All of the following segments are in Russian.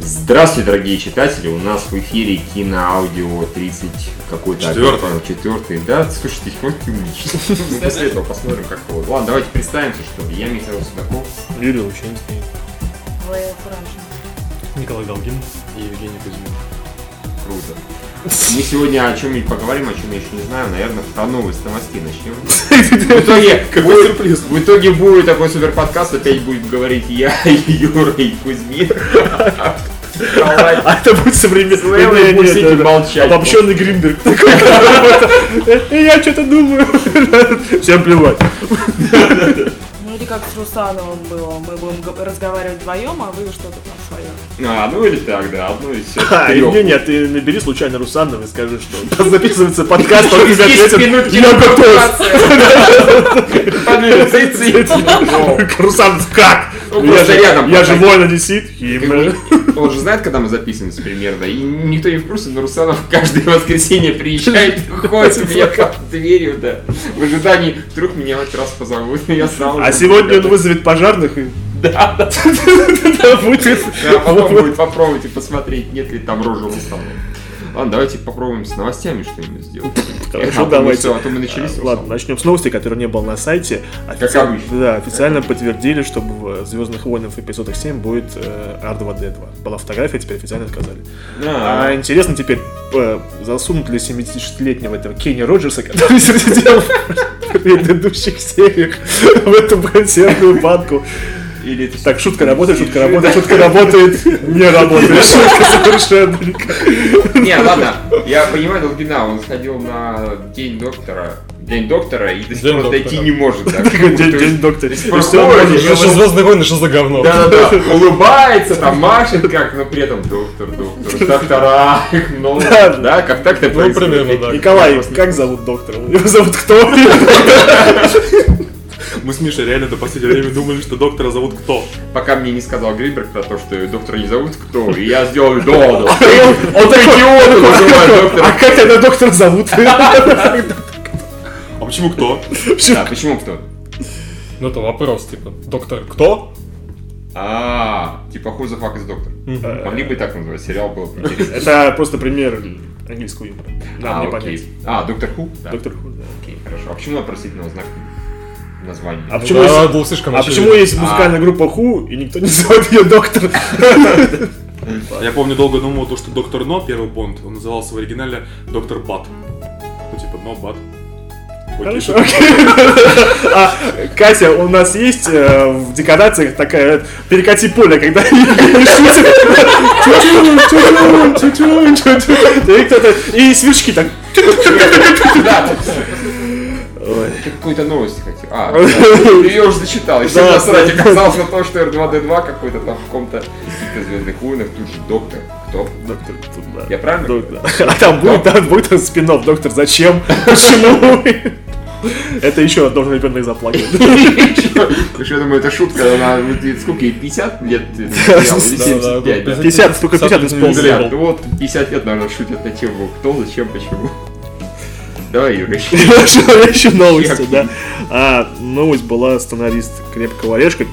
Здравствуйте, дорогие читатели! У нас в эфире киноаудио 30 какой-то... Четвёртый. опять, Четвертый, да? Слушайте, вот ты умничный. Мы после этого посмотрим, как его. Ладно, давайте представимся, что ли. Я Михаил Судаков. Юрий Лучинский, Лейла Куражин. Николай Галгин и Евгений Кузьмин. Круто. Мы сегодня о чем-нибудь поговорим, о чем я еще не знаю. Наверное, про новости новостей начнем. В итоге, Какой сюрприз? В итоге будет такой супер подкаст, опять будет говорить я, Юра и Кузьмин. А это будет Лейла и современный... будет сидеть молчать. Обобщенный Гринберг такой, который я что-то думаю. Всем плевать. Ну или как с Русановым было, мы будем г- разговаривать вдвоем, а вы что-то там свое. А, ну или так, да, одно из всех А, трёх. Евгения, ты набери случайно Русанова и скажи, что у нас записывается подкаст, а он тебе Здесь ответит, минутки я готов. Подожди, цит, цит. Вау. Русанов, как? Ну, Я просто же- рядом Я пока. же воин одессит. Как бы, Он же знает, когда мы записываемся примерно, и никто не в курсе, но Русанов каждое воскресенье приезжает, ходит у меня под дверью, да, в ожидании, вдруг меня хоть раз позовут, и я сам... А сегодня он вызовет пожарных и... Да, а будет. Да, а потом будет попробовать и посмотреть, нет ли там рожи Русанова. Ладно, давайте попробуем с новостями что-нибудь сделать. Хорошо, А то мы давайте. всё, а то мы начались. А, Ладно, начнем с новости, которая не было на сайте. обычно. Да, официально подтвердили, что в Звездных войнах в эпизодах 7 будет э, R2D2. Была фотография, теперь официально сказали. Да. А интересно теперь, э, засунут ли 76-летнего этого Кенни Роджерса, который сидел в предыдущих сериях в эту консервную банку. Или это Так, шутка работает, шутка Да. работает, шутка работает, не работает, шутка совершенно Не, ладно, я понимаю Долбина, он сходил на День доктора, День доктора и до сих День пор доктора. дойти не может. да. День, То есть- день доктор. есть проходит, и Что за звездные войны, что за говно? Да-да-да, улыбается, там машет как, но при этом доктор, доктор, доктора, их много, Да. да, как так-то Ну, происходит. примерно, да. Николай, как зовут доктора? Его зовут кто? Мы с Мишей реально до последнего времени думали, что доктора зовут кто? Пока мне не сказал Гринберг про то, что доктора не зовут кто, и я сделал доктор. Он такой, идиот, он называет доктора. А как тогда доктор зовут? А почему кто? Да, почему кто? Ну это вопрос, типа, доктор кто? А, типа who the fuck is доктор. Могли бы и так назвать, сериал был бы интересен. Э, Это просто пример английского юмора. Нам А, не окей. понять. А, доктор Ху? Да, Доктор Ху, да. окей, хорошо. А почему вопросительного знака? Название. А Ну почему да, есть- был слишком а очевиден. почему есть музыкальная группа Ху, и никто не зовет ее доктор? Я помню, долго думал то, что доктор Но, первый Бонд, он назывался в оригинале доктор Бат. Ну, типа, Но Бат. Окей, Хорошо, тут- окей. А, Катя, у нас есть э, в декорациях такая э, перекати поле, когда Евгений шутит. Тю-тю, тю-тю, тю-тю. И кто-то- И сверчки так. Да, Ой. ты какой-то новости хотел. А, да, ты ее уже зачитал. И все Да, насрать да. оказалось на то, что R2D2 какой-то там в каком-то каких-то звездных войнах, тут же доктор. Кто? Доктор, тут, да. Я правильно? Доктор. А там будет, да, будет спин доктор, зачем? Почему? Это еще должен ребенок заплакать. Потому что я думаю, это шутка, она выглядит сколько ей, 50 лет? э, сериал, или Да, 75, да? да, 50, сколько 50 исполнилось. Взгляд. Ну Вот 50 лет, наверное, шутят на тему кто, зачем, почему. Давай, Юра, ищи. Хорошо, еще новости, Чак. да. А, новость была сценарист «Крепкого орешка»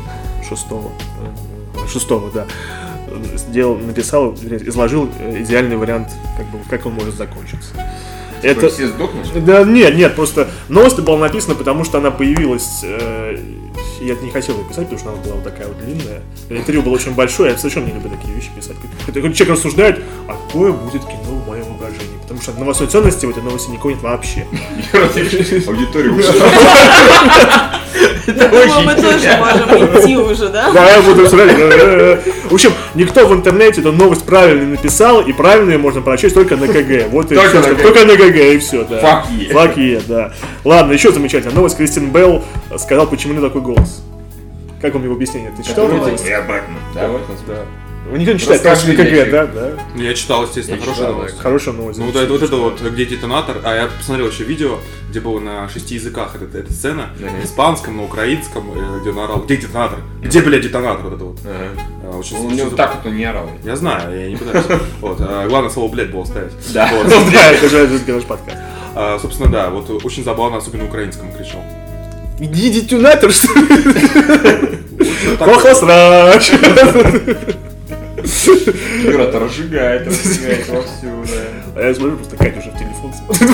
шестого, э, шестого, да, э, сделал, написал, вернее, изложил э, идеальный вариант, как бы, как он может закончиться. Это, Все сдохнут? да, нет, нет, просто новость была написана, потому что она появилась. э, я не хотел ее писать, потому что она была вот такая вот длинная. Интервью было очень большое, я совершенно не люблю такие вещи писать. Когда человек рассуждает, а какое будет кино в моем воображении. Потому что новостной ценности в этой новости никого нет вообще. Юра, ты- Аудитория уже. Это Думаю, мы очень тоже интересно. можем идти уже, да? Да, я буду смотреть. Э, э. В общем, никто в интернете эту новость правильно не написал, и правильно ее можно прочесть только на КГ. Вот и Только всё, на что- КГ. Только на КГ, и все, да. Fuck yeah. Fuck yeah, да. Ладно, еще замечательная новость. Кристин Белл сказал, почему у неё такой голос. Как вам его объяснение? Ты читал эту новость? Я Бэтмен. Да, вот он. Вы никто не читает, потому что на Расскажи, КГ, я да? да. Ну, Я читал, естественно, Я хорошая читал, новость. Хорошая новость. Ну вот это вот это вот, где детонатор, а я посмотрел еще видео, где было на шести языках этот- эта, сцена, Мгм. на испанском, на украинском, э, где он орал, где детонатор? Где, блядь, детонатор? Вот это вот. Ага. А, очень- Он очень не Ну, вот заб- так вот он не орал. Я знаю, я не пытаюсь. Вот, а, главное слово, блядь, было оставить. Да. Вот. Ну да, это же это же наш подкаст. А, собственно, да, вот очень забавно, особенно украинскому кричал. Иди детюнатор, что ли? Ну, Вот так вот. Плохо срач. Юра-то разжигает, разжигает вовсю, да. А я смотрю, просто Катя уже в телефон смотрит.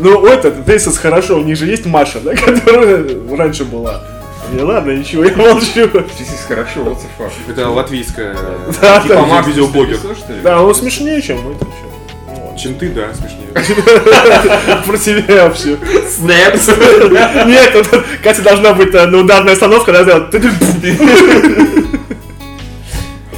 Ну, вот этот Тейсос хорошо, у них же есть Маша, да, которая раньше была. Не, ладно, ничего, я молчу. Здесь хорошо, вот the fuck. Это латвийская э, Да, типа там Макс видеоблогер. Ты что ли? Да, он смешнее, чем мы. ты чё. Ну, ладно. Чем ты, да, смешнее. Про тебя все. Снэпс. Нет, вот, Катя должна быть э, на ударная остановка, она сделала ты-ты-ты.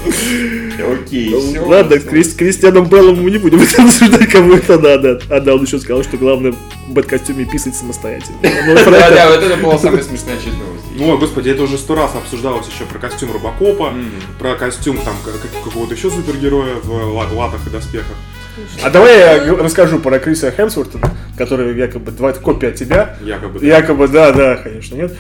Окей, все. Ну, Ладно, с Крис- Кристианом Беллом мы не будем это обсуждать, кому это надо. А да, он еще сказал, что главное в бэткостюме писать самостоятельно. Ну, про Да, это- да, вот это была самая смешная часть новости. Ну, ой, господи, это уже сто раз обсуждалось еще про костюм Робокопа, Мгм. про костюм там как- как- какого-то еще супергероя в ла- латах и доспехах. А давай я г- расскажу про Криса Хемсворта, который якобы два это копия от тебя. Якобы. Якобы, да, да, конечно, нет.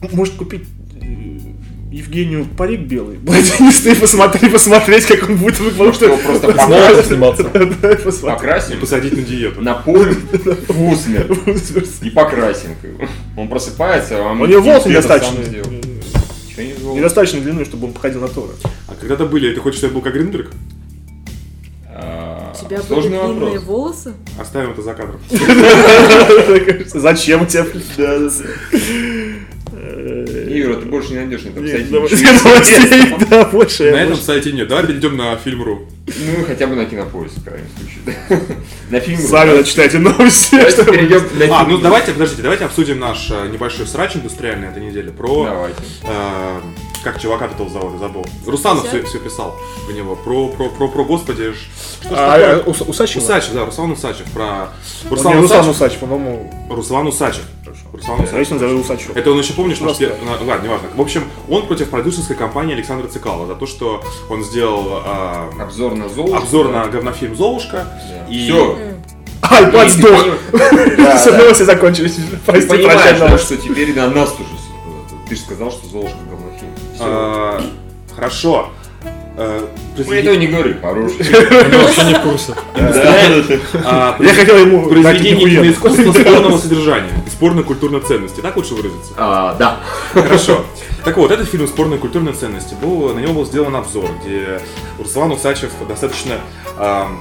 М- Может купить э, Евгению парик белый, блондинистый, и посмотри, посмотреть, как он будет выглядеть, потому Его что... просто Можно помолоть, сниматься. Да, посмотри. И покрасим, посадить на диету. напоим в усмерть и покрасим. как бы. Он просыпается, а он... У него волосы это сам недостаточно. Э, сделал. Чё не волосы? Недостаточно длины, чтобы он походил на Тора. А когда-то были, ты хочешь, чтобы я был как Гринберг? А, У тебя были Сложный длинные вопрос. волосы? Оставим это за кадром. Зачем тебе? Да, да, да. Не, Юра, ты больше не найдешь на этом Нет, сайте. давай- ничего интересного. новостей, да, больше. На этом больше. сайте нет. Давай перейдем на фильм.ру. Ну, хотя бы на кинопоиск, в крайнем случае. На фильм. Сами начитайте новости. Давайте что- перейдем на А, ну фильм. давайте, подождите, давайте обсудим наш э, небольшой срач индустриальный этой недели про... Давайте. э, Как чувака от этого завода, забыл. Русанов все, Косяк? писал в него. Про, про, про, про, господи, ж- Ну, что ж А, такое? э, Ус- Усачева? Усачев, да, Руслан Усачев. Про... Он Руслан не Руслан Усачев. Усачев, по-моему. Руслан Усачев. Руслан А Усачев. если он зовет Усачев? Это он еще, помнишь, наш Просто. пер- на- Ладно, неважно. В общем, он против продюсерской компании Александра Цикала за то, что он сделал а, Обзор на золото. обзор на говнофильм «Золушка». И- Все. Ай, пад сдох! Все, новости закончились. Ты Прости, понимаешь, прощай, да, новости. что теперь на нас тоже. с- э, Ты же сказал, что Золушка говнофильм. Все. А, Хорошо. Э, Мы произведи- этого не говорили, хороший. Они вообще не в курсе. а, Я хотел ему дать Произведение нихуя. киноискусства спорного содержания и спорной культурной ценности. Так лучше выразиться? А, Да. Хорошо. Так вот, этот фильм «Спорные культурные ценности». Был, на него был сделан обзор, где Руслан Усачев достаточно эм,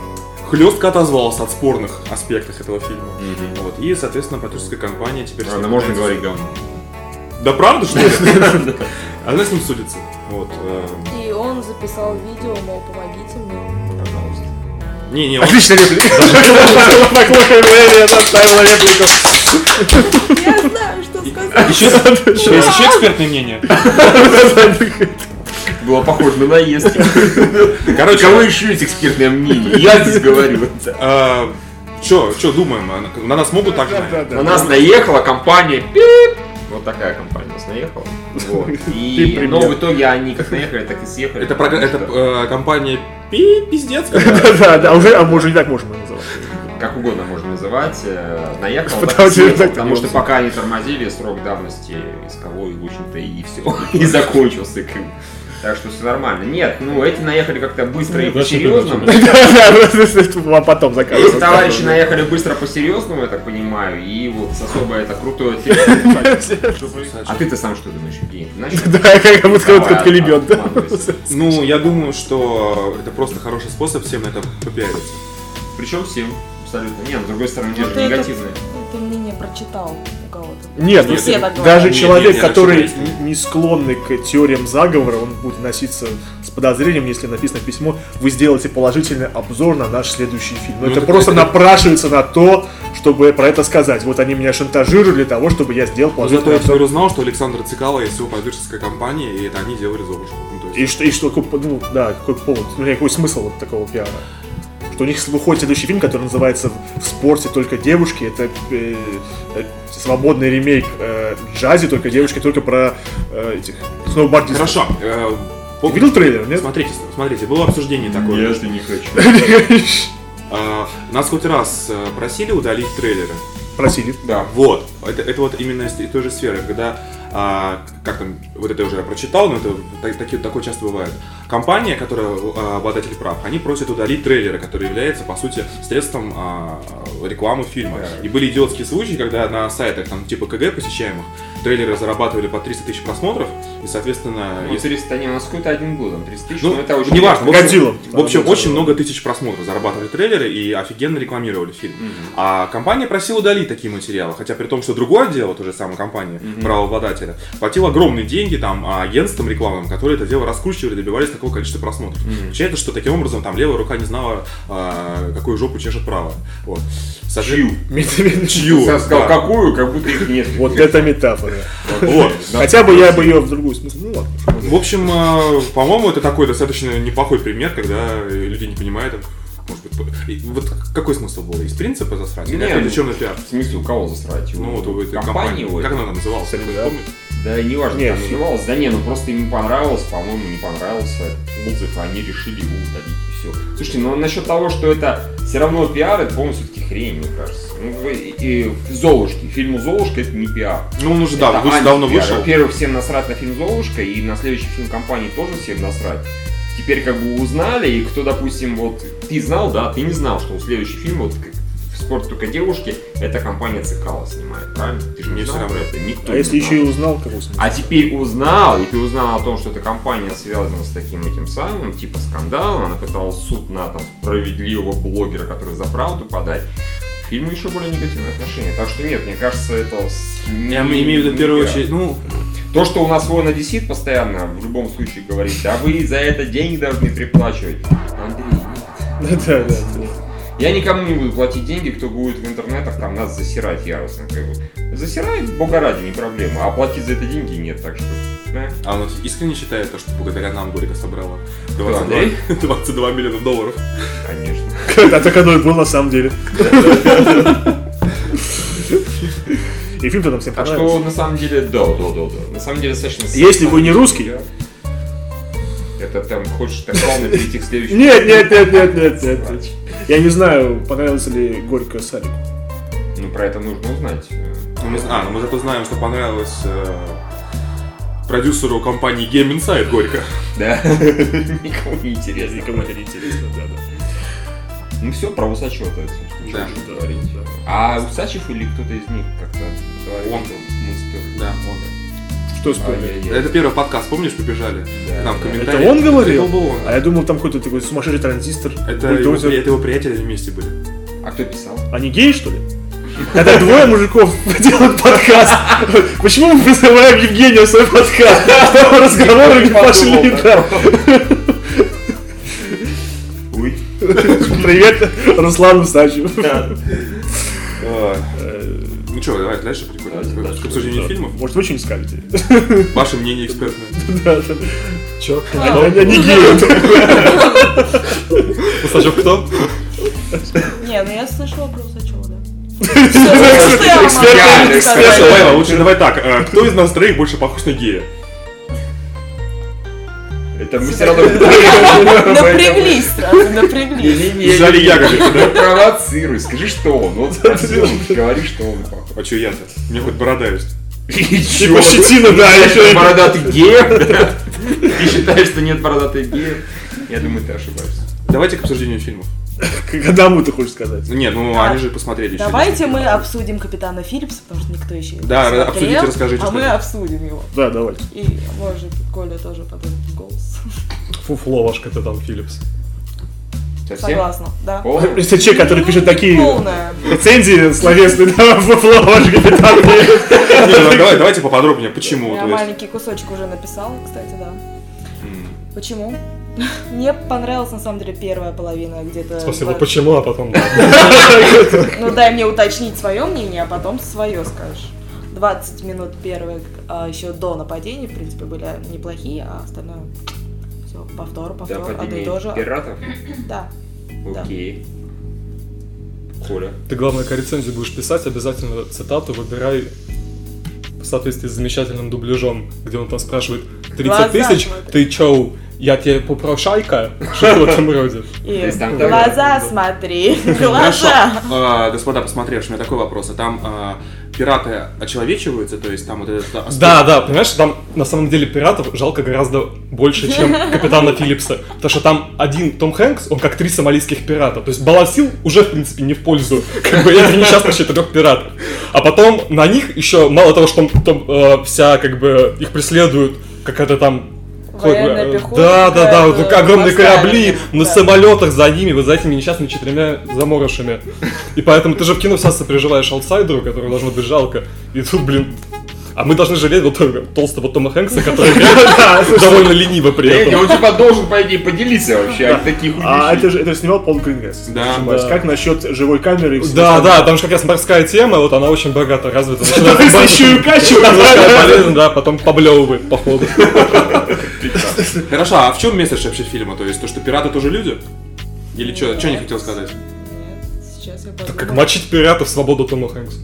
хлестко отозвался от спорных аспектов этого фильма. Мгм. Вот. И, соответственно, продюсерская компания теперь... с ним Ладно, можно судится. говорить говно. Да правда, что ли? Она с ним судится. Вот. эм, И он записал видео, мол, помогите мне. Пожалуйста. Не, не, он- Отличная реплика. Поклокаем Леви, она вставила реплику. Я знаю, что сказать. Еще есть еще экспертное мнение. Было похоже на наезд. У Короче, кого еще есть экспертное мнение? Я здесь говорю. э, чё, чё думаем? а, на- На нас могут так же? наверное? На нас наехала компания «Пип». Вот такая компания нас наехала. Вот. Ты И, пример. но в итоге они как наехали, так и съехали. Это, прог- это Потому что э, компания пи пиздец. какая. Да, да, да, уже, а мы уже и так можем ее называть. Как угодно можно называть. э, Наехал, так и Потому что съехал, так потому что можно. пока они тормозили, срок давности исковой, в общем-то, и все. И закончился. как бы. Так что все нормально. Нет, ну эти наехали как-то быстро и Ну, дальше по-серьезному. ты Да, да, просто это вам потом Эти заказывают. товарищи наехали быстро по-серьезному, я так понимаю, и вот с особо это крутое А ты-то сам что думаешь, Евгений? Ты знаешь, Да, я как будто Давай, кого-то колебет, да. обманывайся. Ну, я думаю, что это просто хороший способ всем на это попиариться. Причем всем абсолютно. Нет, с другой стороны, Ну, где же ты это- негативное? Ты мнение прочитал у кого-то. Нет, Ну, ну, все так говорят. даже Нет, человек, нет, я который вообще не- не склонный к теориям заговора, он будет носиться с подозрением, если написано письмо, вы сделаете положительный обзор на наш следующий фильм. Но Ну, это так просто это- напрашивается на то, чтобы про это сказать. Вот они меня шантажируют для того, чтобы я сделал Но положительный Ну, зато я обзор. теперь узнал, что Александр Цикало есть его продюсерская компания, и это они делали Золушку. Ну, то есть- И что, и что какой, ну, да, какой повод, ну, какой смысл вот такого пиара? Что у них выходит следующий фильм, который называется «В спорте только девушки». Это э, э, свободный ремейк э, джази «Только девушки», только про э, этих сноубордистов. Хорошо. э, Ты по- видел трейлер, нет? Смотрите, смотрите, было обсуждение такое. А, Нет, не хочу. Э, Нас хоть раз э, просили удалить трейлеры. Просили. Да. Вот. это, это вот именно из той же сферы, когда, а, как там, вот это я уже прочитал, но это та- таки- такое часто бывает. Компания, которая а, обладатель прав, они просят удалить трейлеры, которые являются, по сути, средством а, рекламы фильма. И были идиотские случаи, когда на сайтах, там, типа КГ посещаемых, трейлеры зарабатывали по 300 тысяч просмотров, и, соответственно, Ну, если 300, не, у нас какой-то один был, там, 30 тысяч, ну, ну, это очень... неважно. В Годзилла. общем, в общем, Да, очень Годзилла. много тысяч просмотров зарабатывали трейлеры и офигенно рекламировали фильм. Мгм. А компания просила удалить такие материалы, хотя при том, что другое дело, то же самое компания, правообладателя, платила огромные деньги там а, агентствам рекламным, которые это дело раскручивали, добивались такого количества просмотров. Получается, что таким образом там левая рука не знала, а, какую жопу чешет правая. Вот. Чью? Медведь. Чью? Сразу сказал, да. какую, как будто их нет. Вот это метафора. Вот. Хотя бы я бы ее в другую смысл. Ну ладно. А В общем, э, по-моему, это такой достаточно неплохой пример, когда э, люди не понимают, а, может быть, по- и вот какой смысл был? Из принципа засрать? Или Не, опять ну, же черный пиар? В смысле, у кого засрать? Ну вот у этой компании, компании, вот. как она там называлась? Среда. Кто-нибудь помнит? Да и не важно, Не, как фи- называлось. Да не, ну просто им не понравилось, по-моему, не понравился отзыв, они решили его удалить и все. Слушайте, ну насчет того, что это все равно пиар, это, по-моему, все-таки хрень, мне кажется. Ну, вы- и, и Золушки, фильму Золушка это не пиар. Ну он уже да, Это вышел, давно антипиар. вышел. Во-первых, всем насрать на фильм «Золушка», и на следующий фильм компании тоже всем насрать. Теперь как бы узнали, и кто, допустим, вот ты знал, да, ты не знал, что следующий фильм, вот как в спорт только девушки, это компания Цикала снимает, правильно? Ты же не Мне знал всё про равно. это, никто А не если знал. еще и узнал, какой смысл? А теперь узнал, и ты узнал о том, что эта компания связана с таким этим самым, типа скандалом, она пыталась в суд на там справедливого блогера, который за правду подать, к фильму еще более негативное отношение. Так что нет, мне кажется, это... с- Я не- имею в виду в не первую пиар. очередь, ну, То, что у нас вон одессит постоянно, в любом случае говорит, да вы за это деньги должны приплачивать. Андрей, нет. Да, да, да. Я никому не буду платить деньги, кто будет в интернетах там нас засирать яростно. Как бы. Засирай, бога ради, не проблема. А платить за это деньги нет, так что... да. а он искренне считает то, что благодаря нам Горько собрала Андрей? 22, 22 миллиона долларов. Конечно. а Да, так оно и было на самом деле. И фильм-то нам всем А Так что понравился. на самом деле, да, да, да, да. На самом деле достаточно... Если вы не русский. Это там хочешь так плавно перейти к следующему. Нет, нет, нет, нет, нет, нет, нет. Я не знаю, понравился ли Горько Сарику. Ну про это нужно узнать. Ну, мы- а, ну мы зато знаем, что понравилось э, продюсеру компании Game Inside Горько. Да. Никому не интересно. Никому это не интересно, да, да. Ну все, про Усачева, то есть, в случае, Да, что да, говорить. А Усачев или кто-то из них как-то говорил, Он. что мы спер- Да, Что спорили? Ай-яй-яй. Это первый подкаст, помнишь, побежали? Да, Нам да. комментарии. Это он говорил? Это А, был он. А А я думал, там какой-то такой сумасшедший транзистор, Это его, бульдозер. это его приятели они вместе были. А кто писал? Они геи, что ли? Когда двое мужиков делают подкаст, почему мы призываем Евгения в свой подкаст? Чтобы разговоры не пошли, да. Уй. Привет, Руслан Усачев. Э, Ну что, давай дальше Давайте приходим. дальше. К обсуждению да. фильмов. Может, вы что-нибудь скажете? Ваше мнение экспертное. Да, да. Чё? А, Они они ну, геи. Усачев кто? Не, ну я слышала про Усачева, да. Эксперты, Хорошо, эксперты. эксперты. давай, лучше давай так. э, Кто из нас троих больше похож на гея? Это мы все равно... Напряглись сразу, напряглись. Не-не-не. Сжали ягодицы, да? Провоцируй, скажи, А что он. Вот спроси, он, говори, что он похож. А чё я-то? У меня хоть борода есть. И Типа щетина, да, еще. Бородатый геев, да? Ты считаешь, что нет бородатых геев? Я думаю, ты ошибаешься. Давайте к обсуждению фильмов. Когда мы ты хочешь сказать? Ну, Нет, ну Да. они же посмотрели еще. Давайте мы обсудим Капитана Филлипса, потому что никто еще его Да, не смотрел, обсудите, расскажите, А что мы это. обсудим его. Да, давайте. И, может, Коля тоже подаст голос. Фуфло ваш капитан Филлипс. Совсем? Согласна, да. О, Если человек, Ну, который пишет такие Полная. рецензии словесные, да, ваш капитан. Не, ну, давай- Давайте поподробнее, почему. Я то есть. маленький кусочек уже написала, кстати, да. М. Почему? Мне понравилась на самом деле первая половина где-то. Спасибо, два- почему, а потом да. Ну дай мне уточнить свое мнение, а потом свое скажешь. 20 минут первых а, еще до нападения, в принципе, были неплохие, а остальное все повтор, Да, повтор, одно и падение то же. пиратов? Да. Да. Окей. Коля. Ты, главное, к рецензию будешь писать, обязательно цитату выбирай в соответствии с замечательным дубляжом, где он там спрашивает 30 Глаза тысяч, смотри. ты чё, я тебе попрошайка? Что в этом роде? И То есть там глаза такое, да. смотри, Хорошо. глаза. А, Господа посмотревшие, у меня такой вопрос. А там а, пираты очеловечиваются, то есть там вот этот а, аспект- Да, да, понимаешь, там на самом деле пиратов жалко гораздо больше, чем капитана Филлипса. Потому что там один Том Хэнкс, он как три сомалийских пирата. То есть баланс сил уже, в принципе, не в пользу как бы, этих несчастных четырех пиратов. А потом на них еще, мало того, что там- там, э, вся, как бы, их преследуют какая-то там Военная э, пехота да, да, да, какая-то, вот огромные восстание, корабли на да. самолетах за ними, вот за этими несчастными четырьмя заморышами. И поэтому ты же в кино вся сопереживаешь аутсайдеру, которого должно быть жалко. И тут, блин, а мы должны жалеть вот того толстого Тома Хэнкса, который довольно лениво при Э, этом. он типа должен, по идее, поделиться вообще, а не таких А это увещий. же это же снимал Пол Гринграсс. Да, если не ошибаюсь. да. Как насчет живой камеры и всего Да, остального? да, там же как раз морская тема, вот она очень богата, развита. Да, Начинается если еще и укачивает. морская болезнь, да, потом поблевывает, походу. Хорошо, а в чем месседж вообще фильма? То есть то, что пираты тоже люди? Или что? Что не хотел сказать? Нет, сейчас я подумаю. Как мочить пиратов, свободу Тома Хэнкса.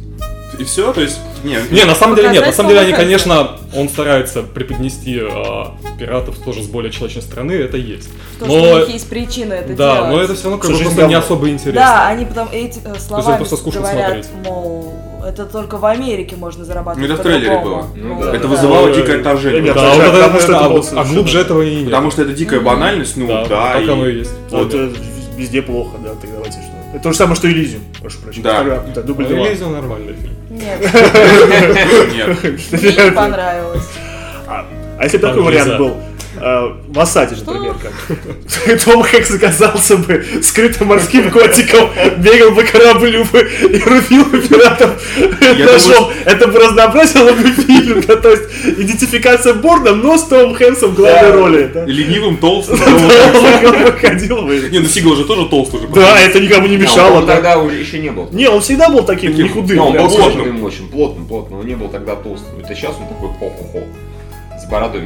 И все? То есть, не, Не, на самом деле нет. На Показать самом деле они, Тома конечно, он старается преподнести а, пиратов тоже с более человечной стороны, это есть. То, что у Но них есть причина это да, делать. но это все равно как К бы сожалению, просто не говно. особо интересно. Да, они потом эти э, словами просто скучно говорят, смотреть. мол, это только в Америке можно зарабатывать Ну, это в трейлере по-другому». было. Ну Мол, да. Это да. вызывало Да. дикое отторжение. Ребята, Да, вот потому это- что это да, было вот, а совершенно- глубже этого и нет. Потому что это дикая банальность, ну да. так и- оно и есть. Вот э, в- везде плохо, да, так давайте что. Это то же самое, что Элизиум, прошу прощения. Да. Второй акт, Да, дубль два. Элизиум нормальный фильм. Нет, Нет. мне не понравилось. А а если бы Там такой нельзя. вариант был? э, В осаде, например, как. Том Хэнкс оказался бы скрытым морским котиком, бегал бы кораблю бы и рубил бы пиратов. Я Нашел. Это бы разнообразило бы фильм. да, То есть идентификация Борном, но с Томом Хэнксом в Да. главной роли. да. Ленивым, толстым. Выходил бы. Не, ну Сигал же тоже толстый уже. Да, это никому не мешало. А, Он да. тогда уже еще не был. Не, он всегда был А таким, ну, не худым. Но он был прям очень. плотным очень, плотным, плотным. Он не был тогда толстым. Это сейчас он такой хо-хо-хо. С бородой.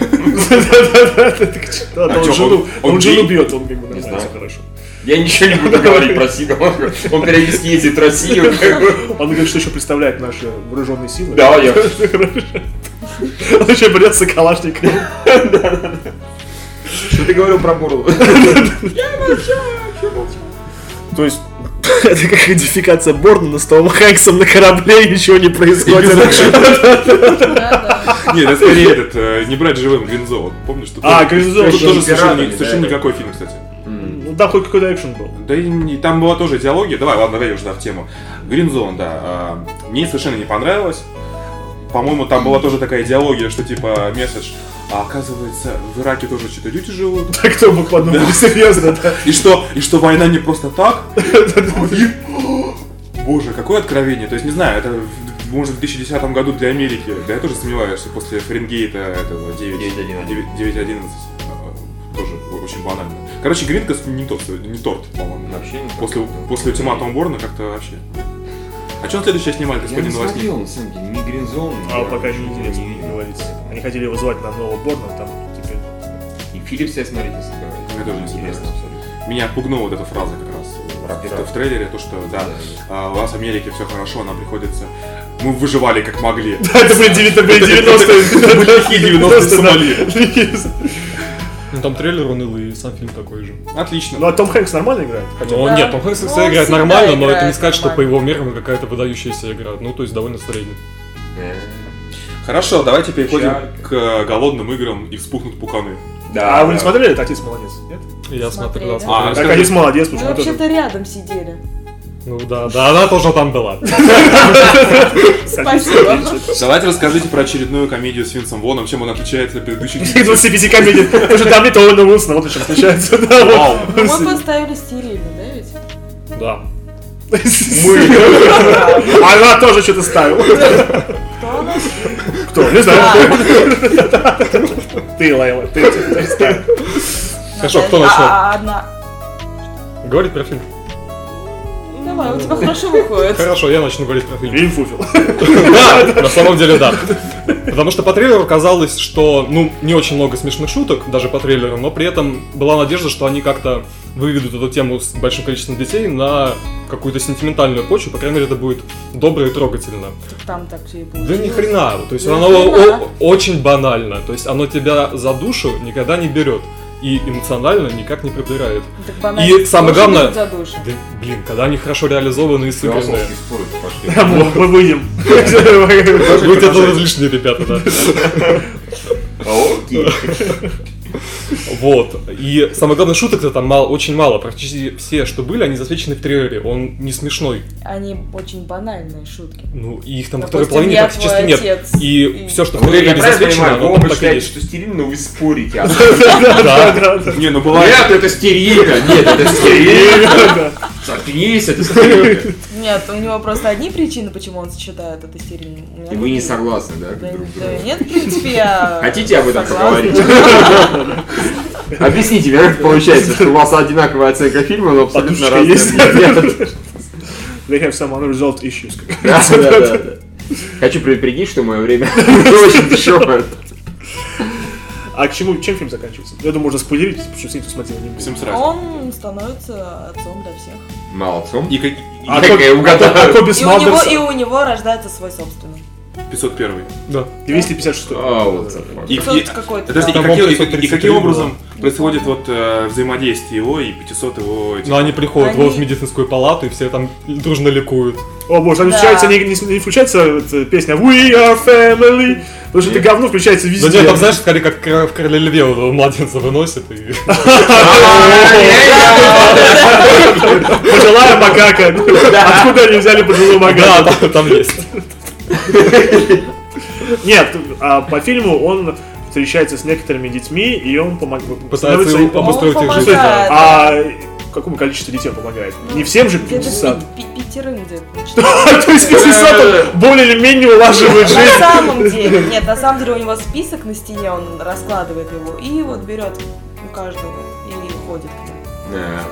Да-да-да, так что, да, А Он чё, жену- он- он он жену гей? бьет, он как бы нормально, знаю. всё хорошо. Я ничего не буду говорить про Сигала. Он периодически ездит в Россию. как бы. Он говорит, что еще представляет наши вооруженные силы. Да, я- Он еще берет с калашником. Что ты говорил про бороду? То есть, это как идентификация Борна, а но с Томом Хэнксом на корабле ничего не происходит. Нет, это скорее этот, э, не брать живым Гринзо. Вот Помнишь, что А, тоже- Гринзо, Тут Гринзо тоже с совершенно пиратами, ни- совершенно да, это. никакой фильм, кстати. М. Ну да, хоть какой-то экшен был. Да и, и там была тоже идеология. Давай, ладно, давай уже да, в тему. Гринзон, да. а, Мне совершенно не понравилось. По-моему, там была тоже такая идеология, что типа месседж. А оказывается, в Ираке тоже что-то люди живут. Так кто мог подумать, серьезно, да? И что, и что война не просто так. И- Боже, какое откровение. То есть, не знаю, это в- может в 2010 году для Америки. Да я тоже сомневаюсь, что после Фаренгейта этого 9 9.11. 9- 9.11 а, тоже очень банально. Короче, Гринкос не тот, не торт, по-моему. Вообще не так. После, после ультиматума Борна как-то вообще. А что следующее снимали, Я не господин Новостник? смотрел, на самом деле, ни Гринзон, А вот пока не интересно говорить. Они хотели вызвать на нового Борна, там типа. теперь... И Филлипс я смотреть не собираюсь. Мне тоже не собираюсь. абсолютно. Меня пугнула вот эта фраза как раз в- Да. в, в трейлере, то что да, Да. а, у вас в Америке все хорошо, нам приходится. Мы выживали как могли. Да, это были 90-е. Это были лихие 90-е в Сомали. Сомали. Ну там трейлер унылый, и сам фильм такой же. Ну Отлично. а Том Хэнкс нормально играет? Хотя Но Да. нет, Том Хэнкс Ну, всегда он играет всегда нормально, но играет это не сказать, что по нормально. его меркам какая-то выдающаяся игра. Ну, то есть довольно средняя. Хорошо, давайте переходим Чай. к э, голодным играм и вспухнут пуканы. Да. А вы не смотрели «Таксист молодец»? Нет? Я смотрел, да, Смотрели. А, смотрел. Так расскажи. «Таксист молодец», Мы потому что мы тоже... вообще-то рядом сидели. Ну да, да, она тоже там была. Спасибо. Давайте расскажите про очередную комедию с Винсом Воном, чем он отличается от предыдущих. 25 комедий. Потому что там нет Оуэна Уилсона, вот в чем отличается. да, вот. Вау. Ну, Мы поставили стерильно, да ведь? Да. Она тоже что-то ставила. Кто она? Кто? Не знаю. Ты, Лайла, ты что-то ставила. Хорошо, Наталья. кто начнет? А, а, одна. Говорит про фильм. Давай, у тебя хорошо выходит. Хорошо, я начну говорить про фильм. Вильям Фуфел. Да, на самом деле да. Потому что по трейлеру казалось, что, ну, не очень много смешных шуток, даже по трейлеру, но при этом была надежда, что они как-то выведут эту тему с большим количеством детей на какую-то сентиментальную почву, по крайней мере, это будет добро и трогательно. Так Там так все и Да получилось. ни хрена, то есть Да оно ни хрена. о- очень банально, то есть оно тебя за душу никогда не берет. и эмоционально никак не прибирает. Так банально, И самое может главное- быть, задушит. Да, блин, когда они хорошо реализованы и сыграны. Философские споры пошли. Да, мы мы выйдем. Вы тебя тоже лишние ребята, да. А Окей. Вот. И самое главное, шуток-то там мало, очень мало. Практически все, что были, они засвечены в трейлере. Он не смешной. Они очень банальные шутки. Ну, и их там во второй Допустим, половине я практически твой нет. отец, И и- все, что в Вы, Ну, я трейлере правильно засвечено, понимаю, вы оно оба так и считаете, есть. что стерильно, вы спорите. а- Да. Не, ну бывает. Нет, это стерильно. Нет, это стерильно. а Заткнись, это стерильно. Нет, у него просто одни причины, почему он считает это стерильным. У меня И вы не другие. согласны, да, Да, друг с да другом? нет, в принципе, я Хотите об этом согласна. поговорить? Объясните мне, как получается, что у вас одинаковая оценка фильма, но абсолютно Подушка разные есть? взгляды. They have some unresolved issues. как Да, да, да, да. Хочу предупредить, что мое время очень дешевое. А к чему, чем фильм заканчивается? Я думаю, можно спойлерить, потому что Синту смотрел не Всем будет. сразу. Он становится отцом для всех. Молодцом. И как... и- А Я Коби- угадал. а Коби И у, него, Смалдерс и у него рождается свой собственный. 501 Да. 256 А, вот так вот. И, и, Кто-то какой-то, подожди, и да. каким- и- и 533 каким было. образом происходит вот э, взаимодействие его и 500 его... этих- Но Ну, они приходят Они- вот в медицинскую палату, и все там дружно ликуют. О боже, там не Да. включается, не, не- не включается вот, э, песня We are family, потому что это говно включается Да везде. нет, там, знаешь, скорее, как кра- в «Короле льве» вот этого младенца выносит, и... Пожилая макака. Откуда они взяли пожилую Да, макаку? там- там есть. Нет, а по фильму он встречается с некоторыми детьми, и он помогает. Пытается его Он обустроить их жизнь. помогает. А какому количеству детей он помогает? Не всем же Ну, Где-то 50. пи- пи- пятерым где-то. То есть 50 он более или менее улаживает На жизнь. самом деле, нет, на самом деле у него список на стене, он раскладывает его и вот берет у каждого и ходит к нему. Да.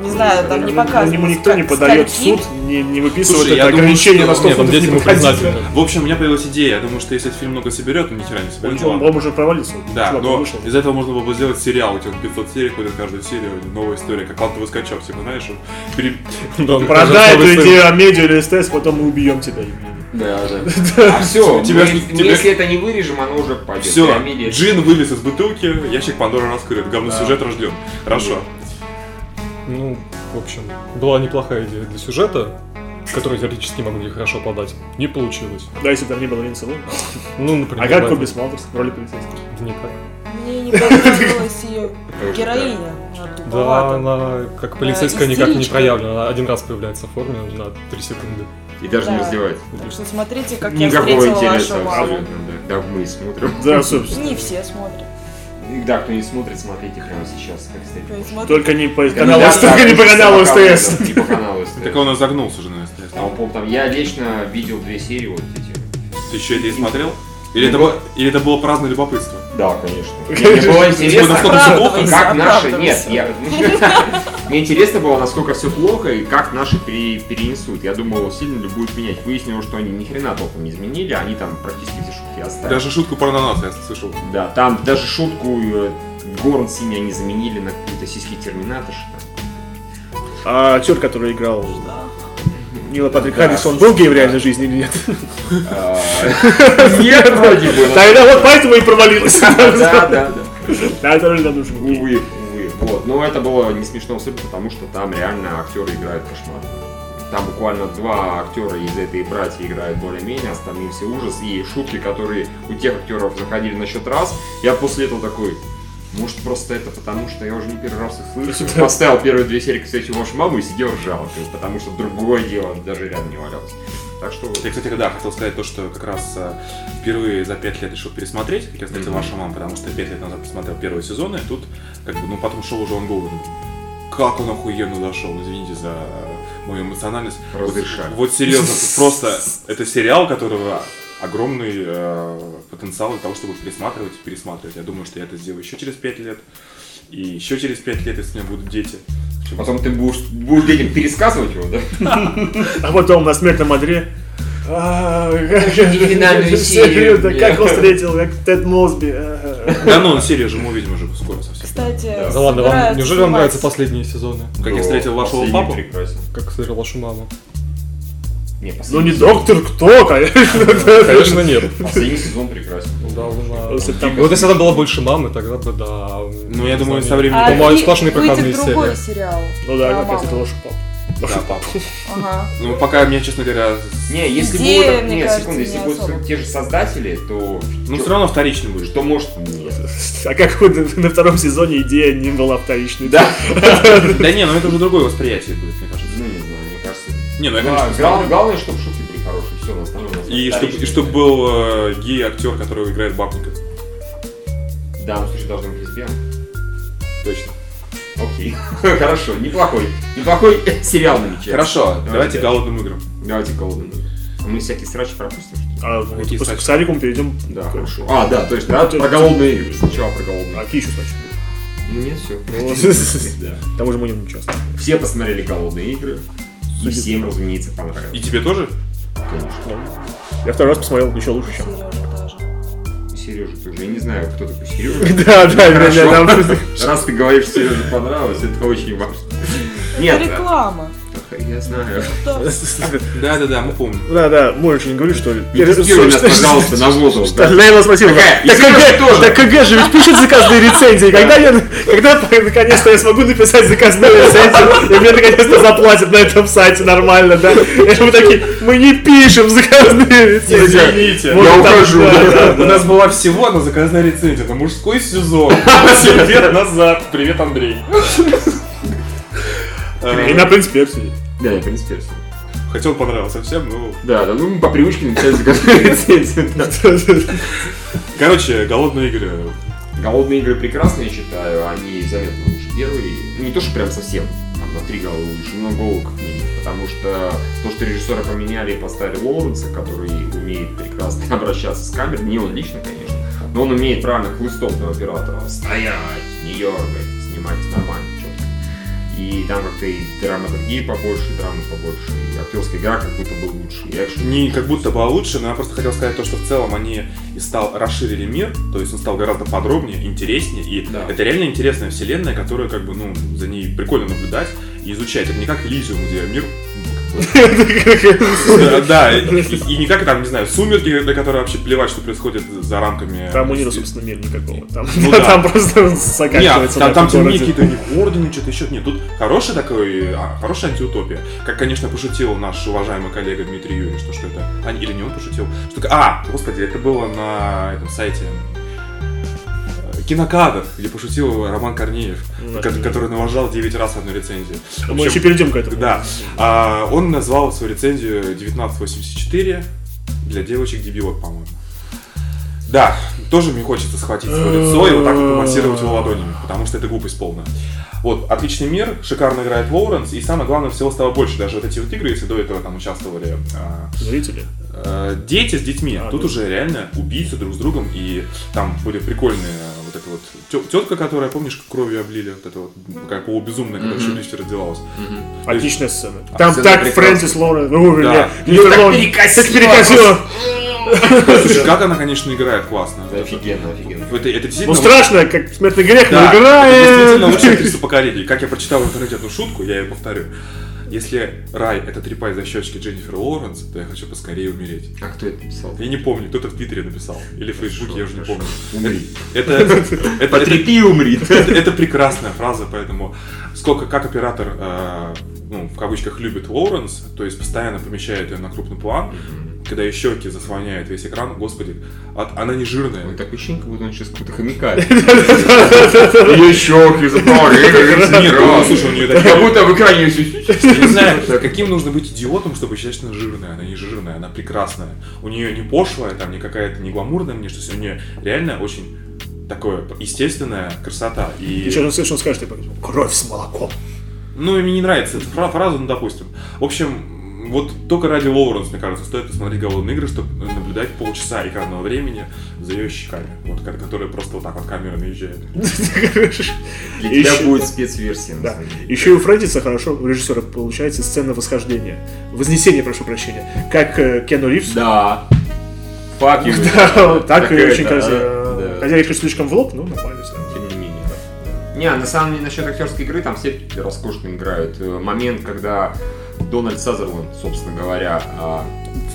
Не знаю, там не показывают. Ну, Ему никто не ска- подает в скольки. суд, не, не выписывает Слушай, я это думаю, ограничение что- ну, на 100 Нет, там фунтов не детям мы подходить. признательны. В общем, у меня появилась идея. Я думаю, что если этот фильм много соберет, он ни хера не соберет. ну Он, ладно. по-моему, уже провалился. Да, Чувак, он но вышел. из этого можно было бы сделать сериал, у тебя 500 серий ходит каждую серию, новая история, как квантовый скачок, все знаешь, он пере- Да, он Продай тоже эту снова идею Амедиа или СТС, потом мы убьем тебя, Евгений. Да, да. А все, Тебя ж- тебя- если это не вырежем, оно уже пойдет. Все, Комедия. Джин вылез из бутылки, ящик Пандоры раскрыт, говно сюжет рожден. Хорошо. стоит. Ну, в общем, была неплохая идея для сюжета, который теоретически могли хорошо подать. Не получилось. Да, если бы там не было Винса Лоу. Ну, например... А как ладно. Коби Смалдерс в роли полицейского? Да никак. Мне не понравилась ее героиня. Она Да, туповата. она как полицейская Ну Да, никак не истеричка. проявлена. Она один раз появляется в форме на 3 секунды. И даже не Да. раздевается. Так что смотрите, как я Никакого встретила вашу интереса маму. абсолютно. да. Да, мы и смотрим. Да, собственно. Не все смотрят. Да, кто не смотрит, смотрите прямо сейчас, как Кто стоит. не смотрит, Только не по Да, каналу да, СТС, да, только не Типа по да, да, каналу да, СТС. Не по каналу Типа СТС. Так он и загнулся же на СТС. А он, по-моему, там, я лично видел две серии вот эти. Ты еще это и смотрел? Или это, было, или это было праздное любопытство? Да, конечно. Мне было интересно, Насколько всё плохо? Оправдывайся, как наши... Нет, оправдывайся. я... Мне интересно было, насколько все плохо и как наши пере- перенесут. Я думал, сильно ли будет менять. Выяснилось, что они ни хрена толком не изменили, они там практически все шутки оставили. Даже шутку про ананас я слышал. Да, там даже шутку э, Горн Синий они заменили на какую-то сиськи Терминатор. что А актер, который играл да. Нила Патрик Да. Харрис, он был гей в реальной жизни или нет? ли. А, Нет, вроде бы. но- Тогда вот поэтому и провалилась. Да, да, да. Да, это реально нужен гей. Увы, увы. Ну, Вот. Но это было не смешно абсолютно, потому что там реально актеры играют кошмар. Там буквально два актера из этой братья играют более-менее, остальные все ужас. И шутки, которые у тех актеров заходили на счет раз, я после этого такой, может просто это потому, что я уже не первый раз их слышу. Поставил первые две серии, кстати, вашу маму и сидел ржал, потому что другое дело даже рядом не валялось. Так что... Я, кстати, да, хотел сказать то, что как раз э, впервые за пять лет решил пересмотреть, как я встретил Мгм. вашу маму, потому что пять лет назад посмотрел первый сезон, и тут, как бы, ну, потом шел уже он говорит, как он охуенно зашел, извините за э, мою эмоциональность. Разрешаю. Вот, вот серьезно, тут просто это сериал, которого огромный э, потенциал для того, чтобы пересматривать и пересматривать. Я думаю, что я это сделаю еще через пять лет, и еще через пять лет, если у меня будут дети. Потом ты будешь, будешь детям пересказывать его, да? А потом на смертном одре. «А, как же- Финальную серию, Да бля. Как он встретил, как Тед Мосби. а. Да ну, серию же мы увидим уже скоро совсем. Кстати, Да ладно, вам, неужели собираются вам снимать. Ну, нравятся последние сезоны? Как я встретил вашего Последний папу. прекрасен. Как сыграл вашу маму? Не, Ну последний не сезон- доктор кто, конечно. Конечно, нет. Последний сезон прекрасен. Вот если там было больше мамы, тогда бы да. Ну, я думаю, не знаю. со временем... А, Бывают ви- сплошные выйдет проходные другой сериал. Ну да, про как раз это маму. ложь пап. Да, папа. Ага. Ну, пока мне, честно говоря, с- Не, если Идея, будут, мне не, кажется, секунду, если не будут особо. те же создатели, то ну, чё- все равно вторичный будет. что может нет. А как вот на втором сезоне идея не была вторичной? Да. Да не, ну это уже другое восприятие будет, мне кажется. Ну не знаю, мне кажется. Не, ну я, Да, конечно, главное, смотрю. главное, чтобы шутки были хорошие, все, на остальное у нас И чтобы, вторичные. и чтоб был э, гей-актер, который играет бабника. В данном случае должен быть лесбиян. Точно. Окей. Хорошо, неплохой. Неплохой сериал намечается. Хорошо, давайте Давайте. к голодным играм. Давайте голодным. Мы всякие срачи пропустим. что ли? А ну, Какие после- срачи? к Сарикум перейдем. Да, К- хорошо. А, да, то есть, да, Ну, про голодные игры. Сначала про голодные А игры. какие еще срачи? Ну нет, все. Вот. Там уже мы не часто. Все посмотрели голодные игры. И Судя всем, по- разумеется, И понравилось. тебе тоже? Конечно. Я второй раз посмотрел еще лучше, чем. Сережа Сережа, тоже. ты уже, я не знаю, кто такой Сережа. Да, да, да, Хорошо. да, да. Раз ты говоришь, что Сереже понравилось, это очень важно. Нет, Это реклама. я знаю. Да. Да-да-да, мы помним. Да, да, можешь не говорить, что ли? Не тестируй нас, пожалуйста, на возраст. Да, я его спросил. Какая? И Так Сережа КГ тоже. так КГ же ведь пишет заказные рецензии. Когда я, когда наконец-то я смогу написать заказную рецензию, и мне наконец-то заплатят на этом сайте нормально, да? И мы такие, мы не пишем заказные рецензии. Извините. Вот я там, ухожу. да, да, У да. нас была всего одна заказная рецензия. Это мужской сезон. Семь лет назад. Привет, Андрей. Э, И на принципе, все. Да, я, в принципе, всё. Хотя он понравился всем, ну... Да, да, ну мы по привычке написали заказную рецензию. да. Короче, голодные игры. Голодные игры прекрасные, я считаю, они заметно лучше первые. Ну, не то, что прям совсем, там, на три головы лучше, но голову как минимум. Потому что то, что режиссера поменяли и поставили Лоуренса, который умеет прекрасно обращаться с камерой, не он лично, конечно, но он умеет правильно хлыстом на оператора стоять, не дергать, снимать нормально, четко. И там как-то и драматургии побольше, и драмы побольше, и актерская игра как будто бы лучше, и экшен Не как будто бы а лучше, но я просто хотел сказать то, что в целом они и стал расширили мир, то есть он стал гораздо подробнее, интереснее, и Да. это реально интересная вселенная, которую как бы, ну, за ней прикольно наблюдать и изучать. Это не как Лизиум, где мир ну, Да, и и не как там, не знаю, сумерки, на которые вообще плевать, что происходит за рамками. Там у него, собственно, мира никакого. Там, Ну да. там просто Нет, сокачивается. там, на там этом тем не городе. какие-то у них ордены, что-то еще. Нет, тут хороший такой, а, хорошая антиутопия. Как, конечно, пошутил наш уважаемый коллега Дмитрий Юрьевич, что, что это... А, или не он пошутил. Что, а, господи, это было на этом сайте э, кинокадр, где пошутил Роман Корнеев, Ну, ко- который навожал 9 раз одну рецензию. В Мы общем, еще перейдем к этому. Да. А, он назвал свою рецензию 1984 для девочек-дебилок, по-моему. Да, тоже мне хочется схватить свое лицо и вот так вот помассировать его ладонями, потому что это глупость полная. Вот, отличный мир, шикарно играет Лоуренс, и самое главное, всего стало больше. Даже вот эти вот игры, если до этого там участвовали а, Зрители. э, дети с детьми, А, тут ну. уже реально убийцы друг с другом, и там были прикольные э, вот эта вот тё- тетка, которая, помнишь, кровью облили, вот эта вот такая полубезумная, которая Мгм. еще ближе раздевалась. Отличная сцена. А, Там сцена так прекрасная. Фрэнсис Лоуренс, ну, или Да. Дженнифер Лоуренс, перекосило так перекосило. Ну, Слушай, как она, конечно, играет классно. Да, офигенно, офигенно. Это, это Ну действительно... страшно, как смертный грех, Да, но это действительно лучшая играет. э, ну, актриса поколения. Как я прочитал в интернете одну шутку, я ее повторю. Если рай — это трепай за щечки Дженнифер Лоуренс, то я хочу поскорее умереть. А кто это написал? Я не помню, кто-то в Твиттере написал. Или в Фейсбуке, я уже не помню. Хорошо. Умри. Это, это, это, Потрепи и умри. это- это прекрасная фраза, поэтому сколько как оператор, э, ну, в кавычках, любит Лоуренс, то есть постоянно помещает ее на крупный план, когда ее щеки заслоняют весь экран, господи, от- она не жирная. Ой, так ощущение, как будто он сейчас какой-то хомяка. Ее щеки Нет, ну, слушай, у нее такие- Как будто в экране Я не знаю, каким нужно быть идиотом, чтобы считать, что она жирная. Она не жирная, она прекрасная. У нее не пошлая, там, не какая-то не гламурная, мне что у нее реально очень такое естественная красота. И, Еще раз слышал, скажешь, типа, кровь с молоком. ну, и мне не нравится эта фра- фраза, ну, допустим. В общем, вот только ради Лоуренс, мне кажется, стоит посмотреть голодные игры, чтобы наблюдать полчаса экранного времени за ее щеками, вот, ко- которые просто вот так вот камера наезжает. Для тебя Ещё- будет спецверсия. на Да. самом деле. Еще и у Фреддиса хорошо, у режиссера получается сцена восхождения. Вознесение, прошу прощения. Как э, Кену Ривз. Да. Фак you, Да, да. Так и Такая, очень да, красиво. да. Хотя, если слишком в лоб, ну, нормально. всё равно. Тем не менее, да. Не, на самом деле, насчет актерской игры, там все роскошно играют. Э, Момент, когда Дональд Сазерленд, собственно говоря, а,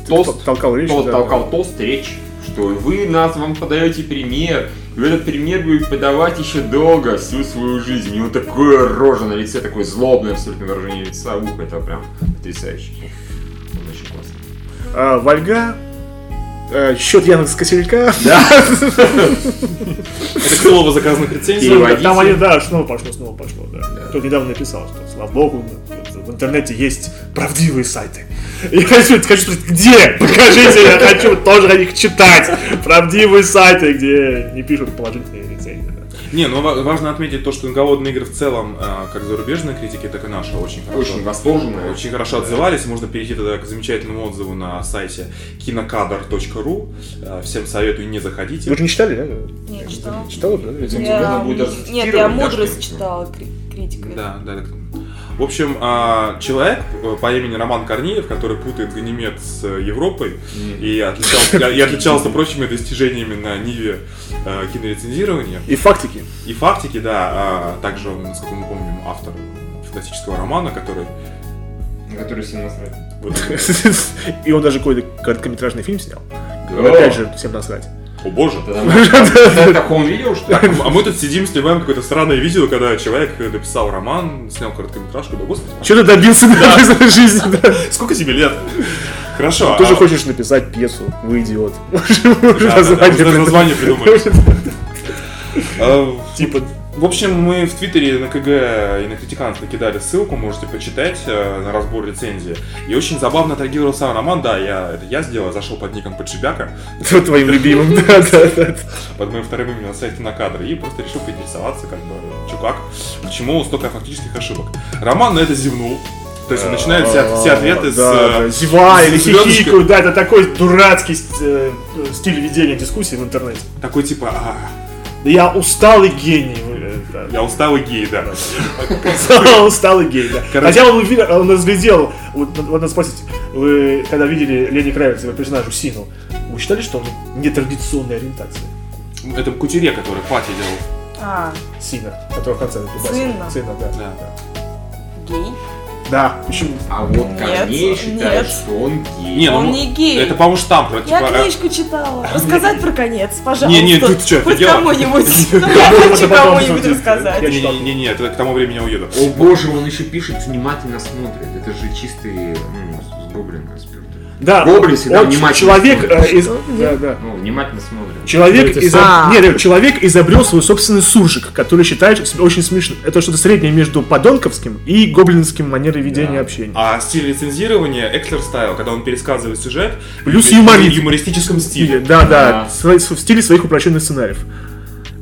тост, толкал речь. тот да. толкал тост, речь, что вы нас вам подаете пример, и вы этот пример будете подавать еще долго, всю свою жизнь. У него такое рожа на лице, такое злобное абсолютно выражение лица, ух, это прям потрясающе. Он очень классный. А, Вальга, э, счет Яндекс кошелька. Это к слову заказанных рецензий. Переводите. Там они, да, снова пошло, снова пошло, да. Да. Кто недавно написал, что, слава богу, ну, в интернете есть правдивые сайты. Я хочу, хочу спросить, где? Покажите, я хочу тоже их читать. Правдивые сайты, где не пишут положительные рецензии. да. Не, ну ва- важно отметить то, что голодные игры в целом, э, как зарубежные критики, так и наши очень хорошо. Очень восторженный, Очень хорошо отзывались, можно перейти тогда к замечательному отзыву на сайте кинокадр.ру. Э, Всем советую, не заходите. Вы же не читали, да? Нет, читала. Читала, да? Можно будет даже Нет, я цитировать, да, мудрость что-нибудь? читала, кри- критика. Да, да, да. В общем, а, человек э, по имени Роман Корнеев, который путает Ганимед с э, Европой и отличался, и отличался прочими достижениями на Ниве э, кинорецензирования, И фактики. И фактики, да, а также он, насколько мы помним, автор фантастического романа, который... который всем насрать. вот, И он даже какой-то короткометражный фильм снял. О, Опять же, всем насрать. О боже! тогда мы- Так он видел, что ли? А мы тут сидим, снимаем какое-то странное видео, когда человек э, написал роман, снял короткометражку, да господи, Че ты добился в своей жизни? да? сколько тебе лет? Хорошо. Ты а- же хочешь написать пьесу, вы идиот. Да, да, да, уже название придумали. А, Типа, В общем, мы в Твиттере на КГ и на Критикант накидали ссылку, можете почитать э, на разбор рецензии. И очень забавно отреагировал сам Роман, да, я, это я сделал, зашел под ником Подшибяка, кто твоим любимым, да, да, да. под моим вторым именем на сайте на кадры и просто решил поинтересоваться, как бы, чё как, почему столько фактических ошибок. Роман на это зевнул, то есть он начинает все, все ответы с... А, Да, да, э, Зева с или звёздочкой. хихикаю, да, это такой дурацкий э, э, стиль ведения дискуссии в интернете. Такой типа, «А, Да я усталый гений. э, да. я устал и гей, да. Усталый гей, да. Короче. Хотя он, уви- он разглядел, вот, вот надо спросить, вы когда видели Лени Кравец, его персонажу Сину, вы считали, что он нетрадиционной ориентации? Это Кутюре, который платье делал. А, Сина, которого в конце дубасили. Сына. Сына, да. Да. гей? Да, почему? А вот Нет, Корней считает, нет. что он гей. Не, ну, Он м- не гей. Это, по-моему, штамп, да, Я типа, э, книжку читала. Рассказать про конец, пожалуйста. Не, не, ты чё, Хоть офигела? кому-нибудь. Да, Я можно хочу потом кому-нибудь обсудить. э, рассказать. Я читал. Не-не-не, это к тому времени я уеду. О боже, он еще пишет, внимательно смотрит. Это же чистый ну, с- с гоблина спирт. Да, Гоблин всегда он внимательно человек э, смотрит. из... Да, да. Ну, внимательно смотрит. Человек, Эти изоб- са- нет, нет, человек изобрел свой собственный суржик, который считает себя очень смешным. Это что-то среднее между подонковским и гоблинским манерой ведения общения. А стиль лицензирования Экслер стайл, когда он пересказывает сюжет Плюс в юморит. юмористическом стиле. Да, да, Да. сво- в стиле своих упрощенных сценариев.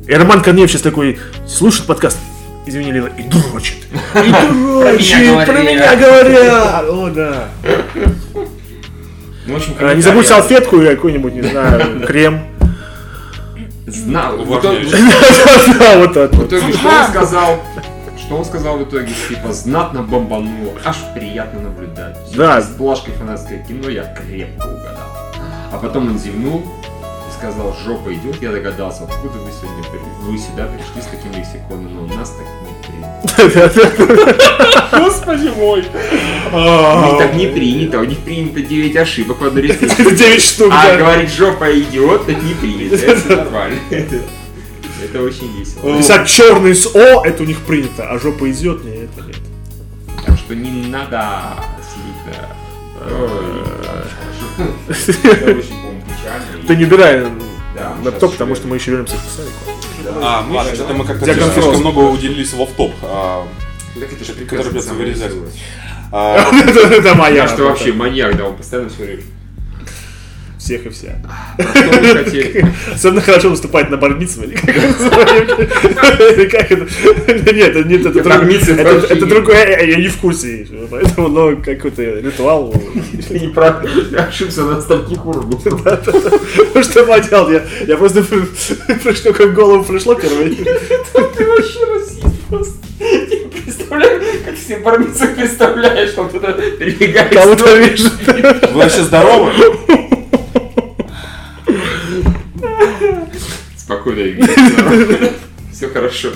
И Роман Корнеев сейчас такой слушает подкаст. Извини, Лила, и дрочит. И дрочит, про говорили. меня говорят. О, да. Ну, в общем, А, Не забудь салфетку и какой-нибудь, не знаю, крем. Знал. Вот он- Уважаешь. Да, вот так В вот. итоге, что он сказал? Что он сказал в итоге? Типа, знатно бомбануло. Аж приятно наблюдать. Да. С плашкой фанатское кино я крепко угадал. А потом он зевнул и сказал, жопа идет, я догадался, откуда вы сегодня при- вы сюда пришли с таким лексиконом, но у нас так не принято. Господи мой. У А, них так не принято, у них принято 9 ошибок в одной рецензии. Это 9 штук, А да. говорить жопа идиот, это не принято, это нормально. Это очень весело. Писать черный с О, это у них принято, а жопа идет, не это нет. Так что не надо слить на- э, Это очень, по-моему, печально. Ты не убирай Да, лэптоп, щас потому еще. что мы еще вернемся к писанику. А, мы Ладно, что-то мы как-то Диагон слишком Фрост. много уделились лофтоп. а, Так это же который прекрасно придется самое вырезать. веселое. а, Это моя. Я что вообще маньяк, да, он постоянно все время. Всех и вся. Про что вы хотели? Особенно хорошо выступать на бармитсве, или как это называется? Или как это? Нет, это- нет, это Бар друг- мицва это- вообще Это нет. другое, я- я не в курсе, поэтому, но какой-то ритуал. Ты не прав. Я ошибся на стальки курбу. Ну что поделать, я- я просто пришло, как в голову пришло первое. Ты вообще расист просто. Я представляю, как все бармицу представляешь, он туда перебегает. Кого-то режет. Вы вообще здоровы? Спокойно, Все хорошо.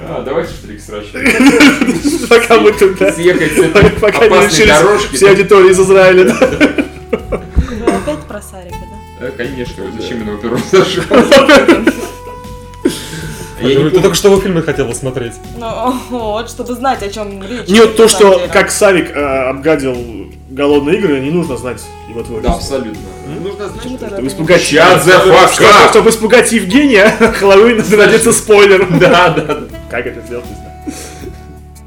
А, давайте что ли их срачивать? Пока мы тут, да. Съехать с этой Пока не опасной решились дорожки. все аудитории из Израиля. да. Ну, опять про Сарика, да? Да, Э, Конечно, зачем я на оперу зашел? Я Я не говорю, ты помню. только что его фильмы хотел посмотреть. Ну, вот, чтобы знать, о чем речь. Нет, то, на самом что деле. как Савик э, обгадил голодные игры, не нужно знать его Да, творчество. абсолютно. Нужно Почему знать, что... тогда ты Чтобы не- испугать... Shut the fuck Чтобы- up! Чтобы испугать Евгения, Хэллоуин найдется спойлером. Да, да, да. Ну. Как это сделать, не знаю.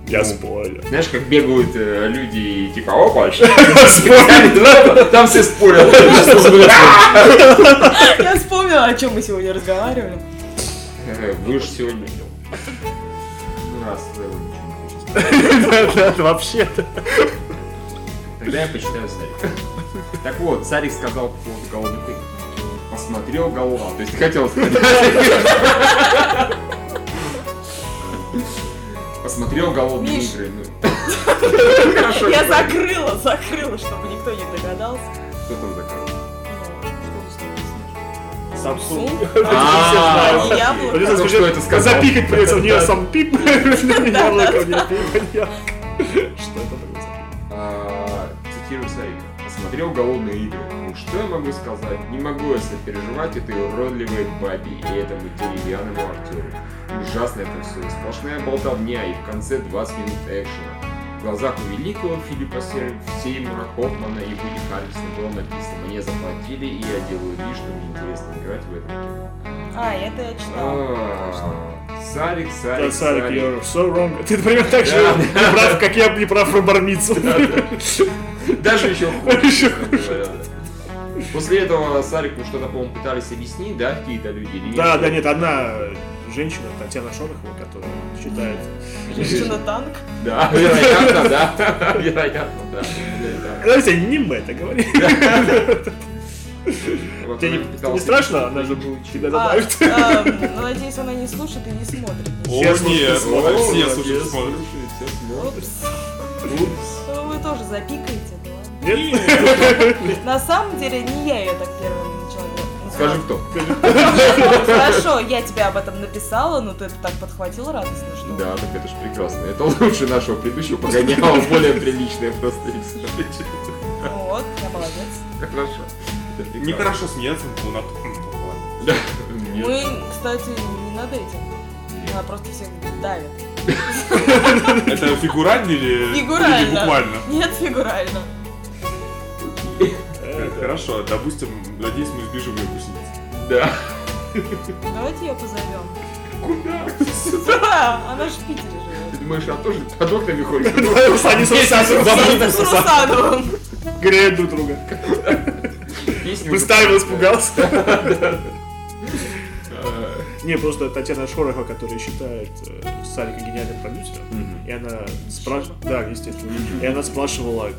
Я спойлер. Знаешь, как бегают э, люди и типа, опа, щ- Спойлер, да? там все спорят. Сейчас разберёмся. Я вспомнила, о чем мы сегодня разговаривали. Э, Вы же сегодня... Ну, раз, э, ничего не хочется. Да, да, Вообще-то. Тогда я почитаю Сарик. Так вот, Сарик сказал по поводу голодных игр. Посмотрел голова. То есть хотел сказать. Посмотрел голодные Миш. игры. ну, Я закрыла, закрыла, чтобы никто не догадался. Кто Ну, там заказал? Samsung. А, все знают. Яблоко. Вот это О том, скажи, что это сказал. Запикать придется, у нее сам пип. Яблоко мне пип, я- Что это такое? А, Цитирую Сарика. Посмотрел голодные игры. Ну что я могу сказать? Не могу я сопереживать этой уродливой бабе и этому деревянному актеру. Ужасное это все. Сплошная болтовня и в конце 20 минут экшена. В глазах у великого Филиппа Сер- Сеймура Хоффмана и Вуди Харрисона было написано «Мне заплатили, и я делаю вид, что мне интересно играть в этом кино». А, это я читала. А, Сарик, Да, Сарик, Сарик, Сарик. you're so wrong. Ты, например, так же Да. не прав, как я не прав про бармицу. Даже еще хуже. Еще честно говоря, да. После этого Сарику что-то, по-моему, пытались объяснить, да, какие-то люди? или Да, да, нет, одна женщина, Татьяна Шорохова, которая считает... А, Женщина-танк. Да, вероятно, да. Вероятно, да. Вероятно. Знаете, не мы это говорим. Вот Тебе она не- пыталась не страшно? Она же объяснить. тебя А, добавит. эм, Ну, надеюсь, она не слушает и не смотрит. О, Все нет, слушают, смотрят. о, все О, слушают, yes. смотрят. Все смотрят. Упс. Упс. Ну, Вы тоже запикаете, да ладно. Нет? На самом деле, не я ее так первым начала говорить. Скажи кто. Хорошо, я тебе об этом написала, но ты это так подхватила радостно, что... Да, так это же прекрасно. Это лучше нашего предыдущего погоняла, более приличное просто Вот, я молодец. Хорошо. Это прекрасно. Нехорошо смеяться, ну, над- м, ладно. Да. Мы, кстати, не над этим. Она просто всех давит. Это фигурально или Фигурально. или буквально? Нет, фигурально. Э, Хорошо, допустим, надеюсь, мы сбежим ее выпускниц. Да. Давайте ее позовем. Куда? Да, она же в Питере живет. Ты думаешь, она тоже под окнами Ну, ходит? Сани С Русановым. Греют друг друга. Песню уже Выставил, поют, да. испугался. Э, Не, просто Татьяна Шорохова, которая считает э, Сарика гениальным продюсером, И она спрашивала, да, естественно, и она спрашивала,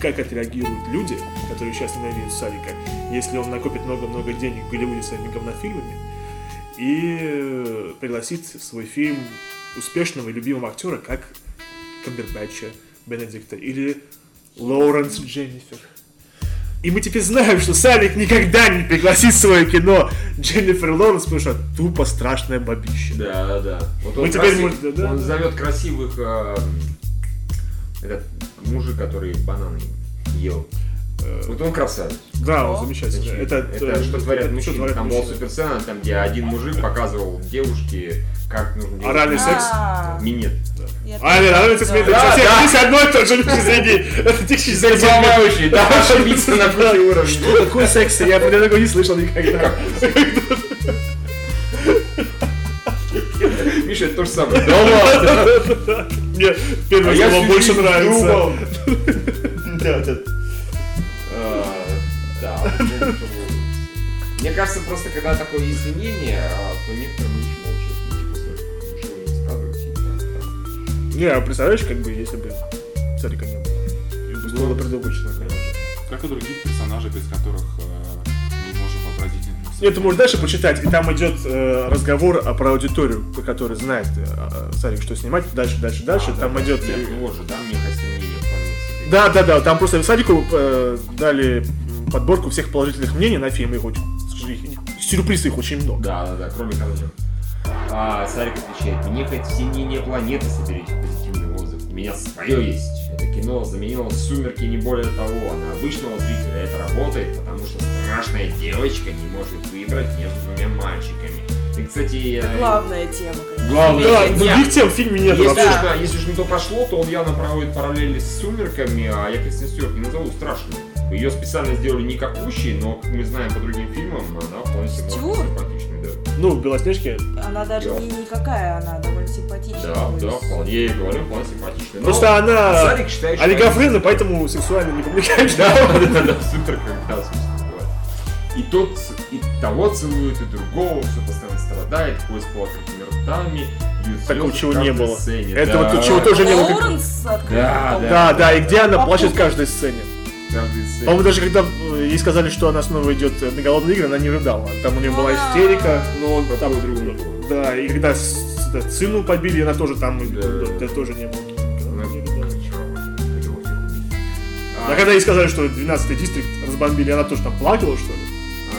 как отреагируют люди, которые сейчас ненавидят Сарика, если он накопит много-много денег в Голливуде своими говнофильмами и э, пригласит в свой фильм успешного и любимого актера, как Камбербэтча, Бенедикта или Лоуренс Дженнифер. И мы теперь знаем, что Сарик никогда не пригласит в свое кино Дженнифер Лоуренс, потому что она тупо страшная бабища. Да, да. Вот Мы он теперь красив- можем- да, да, он да. зовет красивых э, этот мужик, который бананы ел. Э, Вот он красавец. Да, О. он замечательный. Это, э, что творят это мужчины. творят Там была мужчины. суперсцена, там, где один мужик показывал девушке, как нужно делать. Оральный секс? А, Минет. я А, нет, тоже она это знаю. смеет. Да, Совсем здесь одно и то же люди среди. Это технически забавно. Замалывающий, да, ошибиться на куче уровней. Что такое секс? Я про такого не слышал никогда. Миша, это то же самое. А Да ладно. Мне первое слово больше нравится. Да, да. Э, Да. ну, это было. Мне кажется, просто когда такое извинение, а, то некоторые люди молчат. Ну, типа, слушай, что вы не сказываете, не надо. Не, а представляешь, как бы, если бы царика не было? И бы было предупреждено, конечно. Как и других персонажей, без которых э, не можем вообразить. Нет, ты Ну, можешь дальше почитать, и там идет э, разговор о- про аудиторию, про которую знает э, Сарик, что снимать, дальше, дальше, дальше, А, там да, идет... э, Нет, ну вот же, да, мне кажется, мнение вполне себе. Да, да, да, там просто Садику э, дали м, подборку всех положительных мнений на фильм, их очень, сюрприз их очень много. Да, да, да, кроме конца. А Сарик отвечает, мне хоть все не планеты соберите позитивный отзыв. У меня свое есть. Это кино заменило сумерки не более того. На обычного зрителя это работает, потому что страшная девочка не может выбрать между двумя мальчиками. И, кстати, я... Главная тема, конечно. Главное. Да, ну, Нет. других тем в фильме нет Если уж, вообще. на, если уж на то пошло, то он явно проводит параллели с сумерками, а я Кристин Стюарт не назову страшной. Ее специально сделали не какущей, но, как мы знаем по другим фильмам, она вполне себе может быть Стюарт? симпатичной. Да. Ну, в Белоснежке. Она даже не никакая, она довольно симпатичная. Да, То да, есть- вполне, я и говорю, вполне симпатичный. Но Просто она Сарик считает, что... олигофрена, поэтому сексуально не привлекает. Да, да, да, да, супер, когда, собственно, бывает. И тот, и того целует, и другого, все постоянно страдает, поезд плакатными ртами, и Такого слезы чего в не каждой было. сцене. Это да. вот чего тоже не было. как- Лоуренс открыл Да, потом. Да, да, и где она плачет в каждой сцене. в каждой сцене. По-моему, даже когда э, ей сказали, что она снова идет на голодные игры, она не рыдала. Там у нее была истерика, Ну, но он там... Да, и когда с- да, сыну побили, она тоже там... Да. Да, тоже не было. Ну, Она не чё, рыдала. чё, чё. А когда ей сказали, что 12-й дистрикт разбомбили, она тоже там плакала, что ли?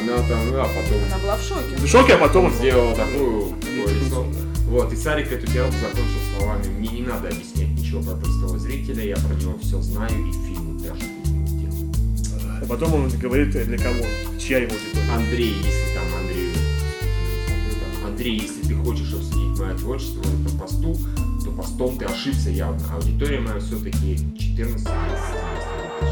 Она там, а потом Она была в шоке. В шоке, а потом... сделала такую такое лицо. Вот, и Сарик эту диалог закончил словами «Мне не надо объяснять ничего про простого зрителя, я про него все знаю и фильм даже не делаю». А потом он говорит, э, для кого, чья его типа? аудитория. Андрей, если там Андрей... Андрей, если ты хочешь обсудить мое творчество на посту, то постом ты ошибся явно. Аудитория моя все-таки 14 Что за бред?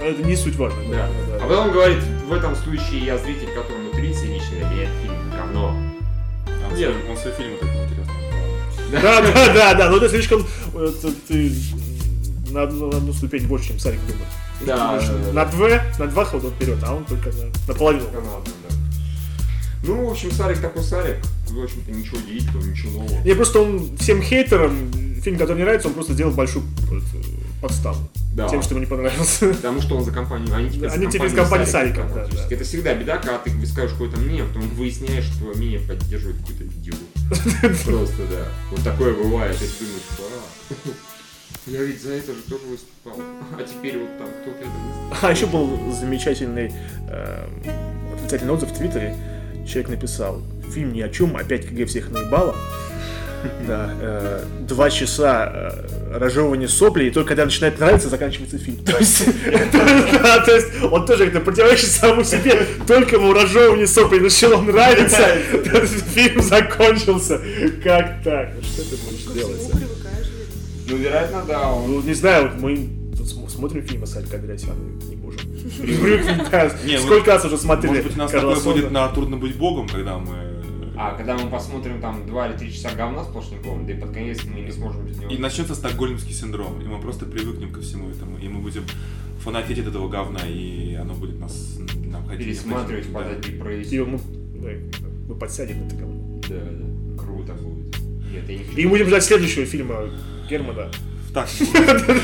Но Ну, Это не суть важно. Да. А потом он говорит, в этом случае я зритель, которому 30 и лично для меня этот фильм говно. Он Нет. свой- Он свой фильм вот это интересно. Да, да, да, да, но ты слишком... э, ты- Ты на одну, на одну ступень больше, чем Сарик думает. Да, На два, на два хода он вперед, а он только на, наполовину. Да ладно, да. Ну, в общем, Сарик такой Сарик. В общем-то, ничего удивительного, ничего нового. Мне просто он всем хейтерам, фильм, который не нравится, он просто сделал большую вот, э, подставу. Да. Тем, что ему не понравился. Потому что он за компанию... Они теперь, Они за теперь за компанию Сарика, Сарика, да, практически. да. Это всегда беда, когда ты выскажешь какое-то мнение, а потом выясняешь, что твое мнение поддерживает какой-то идиот. Просто, да. Вот такое бывает. И ты думаешь, «А, я ведь за это же тоже выступал. А теперь вот там кто-то это выступил. А еще был замечательный эм, отрицательный отзыв в Твиттере. Человек написал, фильм ни о чем, опять КГ всех наебало. Да, э, два часа э, разжевывания соплей, и только когда начинает нравиться, заканчивается фильм. То есть, это- да, то есть он тоже это противоречит самому себе, только ему разжевывание соплей начало нравиться, фильм закончился. Как так? Ну, Что ты будешь Ко делать? всему привыкаешь, блин. Ну, вероятно, да, он Ну, не знаю, вот мы тут см- смотрим фильмы с Аль Кадрасяном, не можем. Привыкнуть, да. Не, ну, Сколько раз уже смотрели Может быть, у нас такое Карлсона? будет на «Трудно быть богом», когда мы... э, А когда мы посмотрим там 2 или 3 часа говна сплошняком, да и под конец мы не сможем без него. И начнется стокгольмский синдром, и мы просто привыкнем ко всему этому, и мы будем фанатеть от этого говна, и оно будет нас нам ходить. пересматривать, Да. подать и прояснить. И мы, да, мы подсядем это говно. Да, да. Круто будет. Нет, я не хочу. И будем ждать следующего фильма Германа. Так,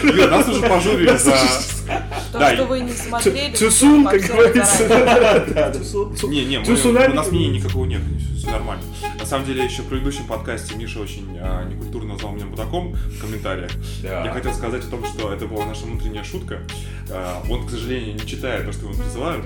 Юр, нас уже пожурили Нас за... То, Да, что и- вы не смотрели, Цусун, всё, как всё говорится. заранее. Да, Цусун. Не, не, мы- Цунами- у нас мнения никакого нет, все нормально. На самом деле, еще в предыдущем подкасте Миша очень а, некультурно назвал меня мудаком в комментариях. Да. Я хотел сказать о том, что это была наша внутренняя шутка. А, он, к сожалению, не читает то, что ему призывают,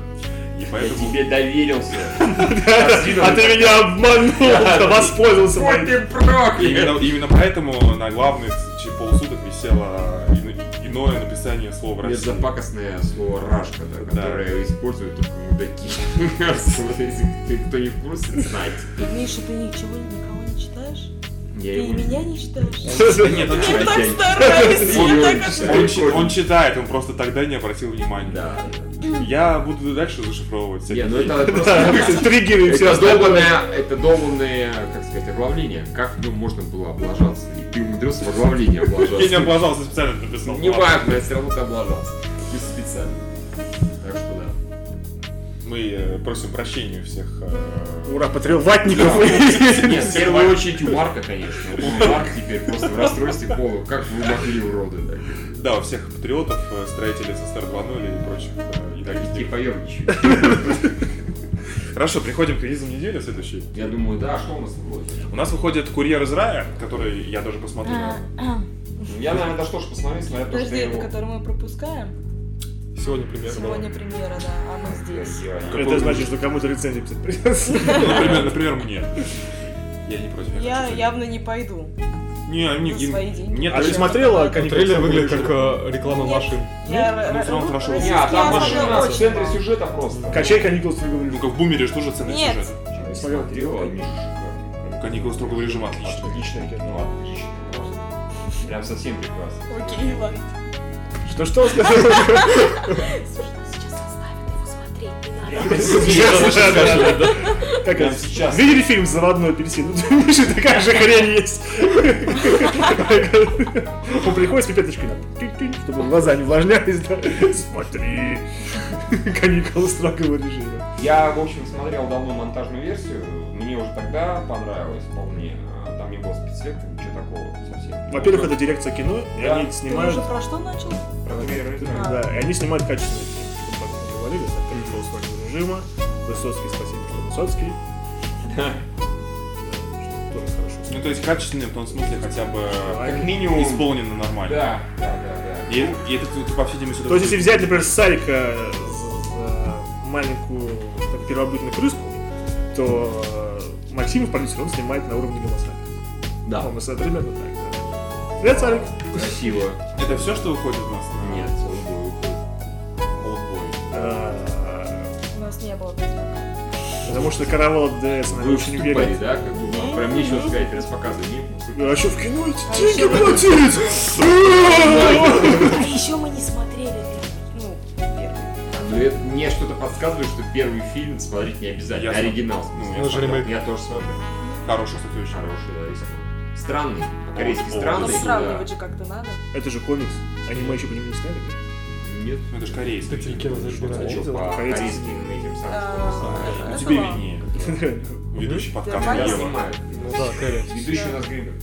и Я поэтому... тебе доверился. А ты меня обманул, воспользовался Ой, моим. ты И проклят! Именно, именно поэтому на главных через полусуток висело ино- иное написание слова Это «Россия». запакостное слово «рашка», да, Да. которое используют только мудаки. Вот Если ты- кто не в курсе, знать. Миша, ты ничего никого не читаешь? Я Ты и его не- меня не читаешь? Нет, он Я читает. так я не- стараюсь, я Ой, так Он, отвлекаюсь. чи- он читает, он просто тогда не обратил внимания. Да. Я буду дальше зашифровывать. всякие Не, ну вещи. это Да, просто... Триггеры и все Это остальное. долбанное, это долбанное, как сказать, оглавление. Как в нем можно было облажаться? И ты умудрился в оглавление Я не облажаться. облажался, специально написал. Не Ладно. важно, я все равно ты облажался. Ты специально. Так что да. Мы э, просим прощения у всех. э, Ура, патриотников. Нет, в первую очередь у Марка, конечно. У Марк теперь просто в расстройстве пола. Как вы могли, уроды? да? Да, у всех патриотов, э, строителей СССР 2.0 и прочих. э, и таких. Идите поем Хорошо, приходим к релизам недели следующей. Я думаю, да, а что у нас выходит? У нас выходит «Курьер из рая», который я даже посмотрел. А, Я, наверное, даже тоже посмотрел, смотря то, что Подожди, я это его... который мы пропускаем? Сегодня примерно. Сегодня премьера, да, а мы здесь. Ай-яй-яй. Это значит, что кому-то рецензию писать придется. Ну, Например, например, мне. Я не против. Я хочу явно не пойду. Ну, Не, не, За не- свои деньги. Нет, А ты Зачем? смотрела, как Ну, они трейлер как-то выглядит как выложили? э, реклама машин. Я ну, р- ну, р- хорошо. российский Не, а там я машина смотрю в очень центре мало. сюжета просто. Качай каникулы строгого ну режима. как в бумере же тоже ценный Нет. сюжет. Я не Смотрел, смотрел, конечно. они шикарные. Каникулы строгого режима отлично. Отличное Ну, кино. отлично просто. Прям совсем прекрасно. Окей, ладно. Что-что он сказал? Сейчас заставит его смотреть, не надо. Как Прям это? сейчас. Видели фильм «Заводной апельсин»? Миша, такая же хрень есть. Он приходит с пипеточкой, да, тынь-тынь, чтобы глаза не увлажнялись. да. Смотри. Каникулы строгого режима. Я, в общем, смотрел давно монтажную версию. Мне уже тогда понравилось вполне. А Там не было спецэффектов, ничего такого совсем. Во-первых, это дирекция кино, и Да. они Ты снимают... уже про что начал? А. это... Да, и они снимают качественные фильмы, чтобы так не говорили, так «Каникулы строгого режима», Высоцкий, спасибо, что Высоцкий. Да, Тоже хорошо. Ну то есть качественный в том смысле хотя бы Как минимум... исполнено нормально. Да, да, да, И, и это, ты, по всей видимости, То есть, если взять, например, Сарика за- за маленькую так, первобытную крыску, то э, Максимов, продюсер, он снимает на уровне голоса. да. По-моему, это примерно так, да. Привет, Сарик! Красиво. Это все, что выходит у нас? на Нет, он был. Олдбой. Э, У нас не было таких. Потому что Каравал ДС, Вы наверное, уж очень не уверен. да? Как бы, вам прям нечего сказать, ну, раз показывали. Не, А что в кино А эти деньги ещё- платить? А еще мы не смотрели фильм. Ну, первый. ну, это мне что-то подсказывает, что первый фильм смотреть не обязательно. Ясно. Оригинал. Ну, я это же смотрел. ремейк. я тоже смотрю. Хороший, кстати, очень хороший. Хороший, да, есть. Странный. По-корейски Ну, Ну, странный. сравнивать же как-то надо. Это же комикс. Аниме еще по нему не сняли? да. Нет. Ну это же корейский. Ты телекинез зажигал. А Корейский. что, по-корейски мы этим А, самым Ну это тебе ладно. виднее. Ведущий подкаст Я Нормально. Ева. снимаю. Ну да, Кэрри. Ведущий у нас Гринберг.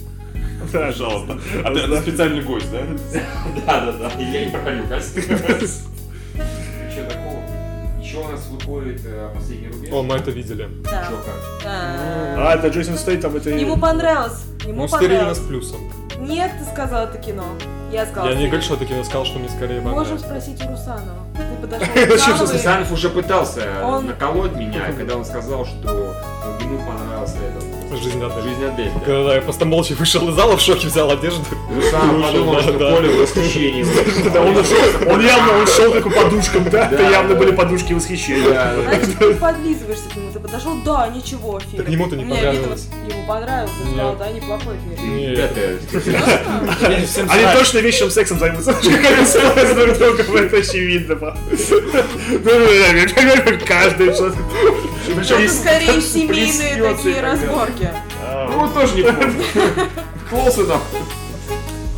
Да, Пожалуйста. А ты, а ты специальный гость, да? Да, да, да. Я не пропалю, кажется. Ничего такого. Еще у нас выходит э, последний рубеж. О, мы это видели. Чё, Да. как? Да. А, это Джейсон Стейтам, это... Ему понравилось. Ну, Ему с Кириллина с понравилось. плюсом. Нет, ты сказал это кино. Я сказала. Я не это говорю, кино. что это кино, сказал, что мне скорее Можем понравилось. спросить у Русанова. Ты подошел к Потому Русанову что и- Санов уже пытался Он- наколоть меня, когда он сказал, что ну, ему понравился этот Жизнь Адель. «Жизнь Адель». да. Когда я просто молча вышел из зала, в шоке взял одежду. Санов Вышел, Ну, подумал, да, что да. Коля в восхищении. Да, он, ушел- он явно ушел как по подушкам, да? Это Да, явно да. были подушки восхищения. Да, да. Значит, ты подлизываешься к нему, ты подошел, да, ничего, фильм. Так ему-то не У меня вид понравилось. вот Ему понравилось, он сказал, Нет. да, неплохой фильм. Не, Да, да. Они точно вещим сексом займутся, как они ссылаются друг другом, это очевидно. па. Ну, Каждый что-то... Это Ну, скорее семейные плеснется такие иногда. разборки. А, Ну, тоже не помню. Клоусы там.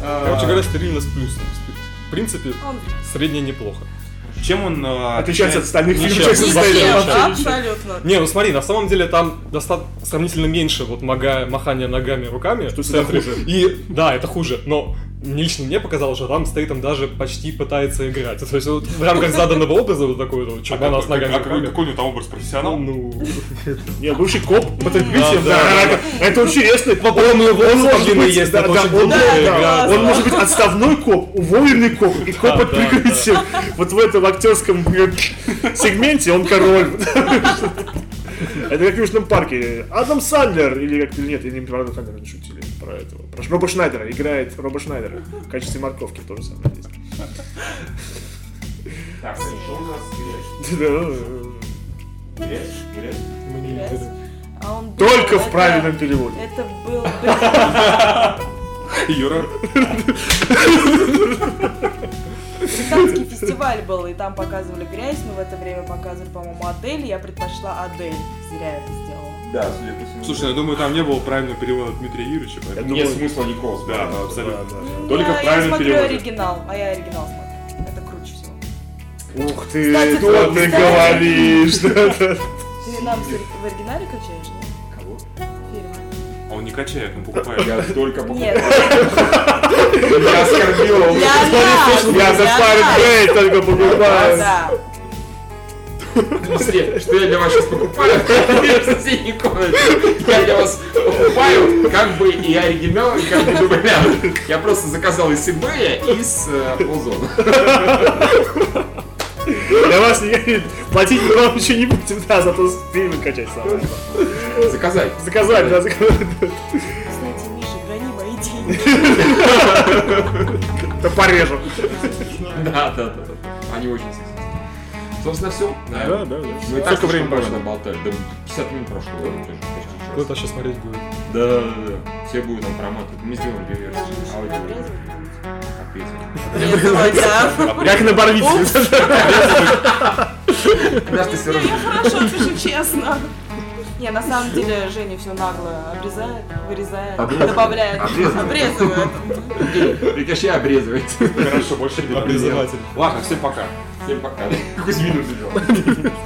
А, Короче говоря, стерильно с плюсом. В принципе, Он среднее неплохо. Чем он э, Отличается от остальных Ничем. фильмов не Джейсон Ничем, Стейтам. всем, вообще ничем. абсолютно. Не, ну смотри, на самом деле там доста- сравнительно меньше вот мага- махания ногами, руками. Что в это центре. хуже. И да, это хуже, но мне лично мне показалось, что там Стейтом даже почти пытается играть. То есть вот в рамках заданного образа вот такой вот А чурбана с какой- ногами а какой, руками. какой у него там образ профессионал? Ну, Не, бывший коп под Да, прикрытием, А, да, да, это- это интересно. он у него может плагины быть, есть, да, это да, очень он, глупая да, игра. он может быть отставной коп, уволенный коп и коп Да, под да, прикрытием. Вот в этом актерском э, сегменте он король. Это как в Южном парке. Адам Сандлер, или как или нет, или не про Адама Сандлера не шутили, про этого. Про Роба Шнайдера, играет Роба Шнайдера в качестве морковки тоже самое есть. Так, еще у нас грязь. Да. Грязь, грязь. Мы не видели. А он был- Только это- в правильном переводе. Это был... Юра. Британский фестиваль был, и там показывали грязь, но в это время показывали, по-моему, Адель, и я предпочла Адель. Зря я это сделала. Да, судя по всему. Слушай, я думаю, там не было правильного перевода Дмитрия Юрьевича, поэтому... Нет думаю- смысла никакого. смотреть. Да, абсолютно. Да, Только Да, в правильном Я смотрю переводе. оригинал, а я оригинал смотрю. Это круче всего. да. Ух ты, Кстати, что ты кстати. говоришь? Да, да. Ты нам с- в оригинале качаешь, да? Кого? Фильмы? А он не качает, он покупает. Я только покупаю. Я Нет, оскорбил его. для нас! Я за для Pirate нас. Bay только покупаю. Да. смысле, что я для вас сейчас покупаю? Я в соседней комнате. Я для вас покупаю как бы и оригинал, и как бы дубляж. Я просто заказал из eBay и с э, Озона. Для вас не- платить мы вам ничего не будем, да, зато фильмы качать сам. Заказать. Заказать, да, заказать. Кстати, Миша, храни мои деньги. Да порежу. Да, да, да. да. Они очень сексистские. Собственно, все. Да, да, да. Мы и так Сколько слишком времени много прошло? наболтали. Да 50 минут прошло. да, уже почти час. Кто-то сейчас смотреть будет. Да, да, да, да. Все будут там проматывать. Мы сделаем две версии. Даже Миша Аудио. не обрезал. Ответим. Нет, вроде, а. Как на Барвице. Наш ты все Я хорошо пишу, честно. Не, на самом деле Женя все нагло обрезает, вырезает, Обрезывает. добавляет, Обрезывает. обрезывает. Прикажи обрезывать. Хорошо, больше не Обрезыватель. Ладно, всем пока. Всем пока. Кузьмину забил.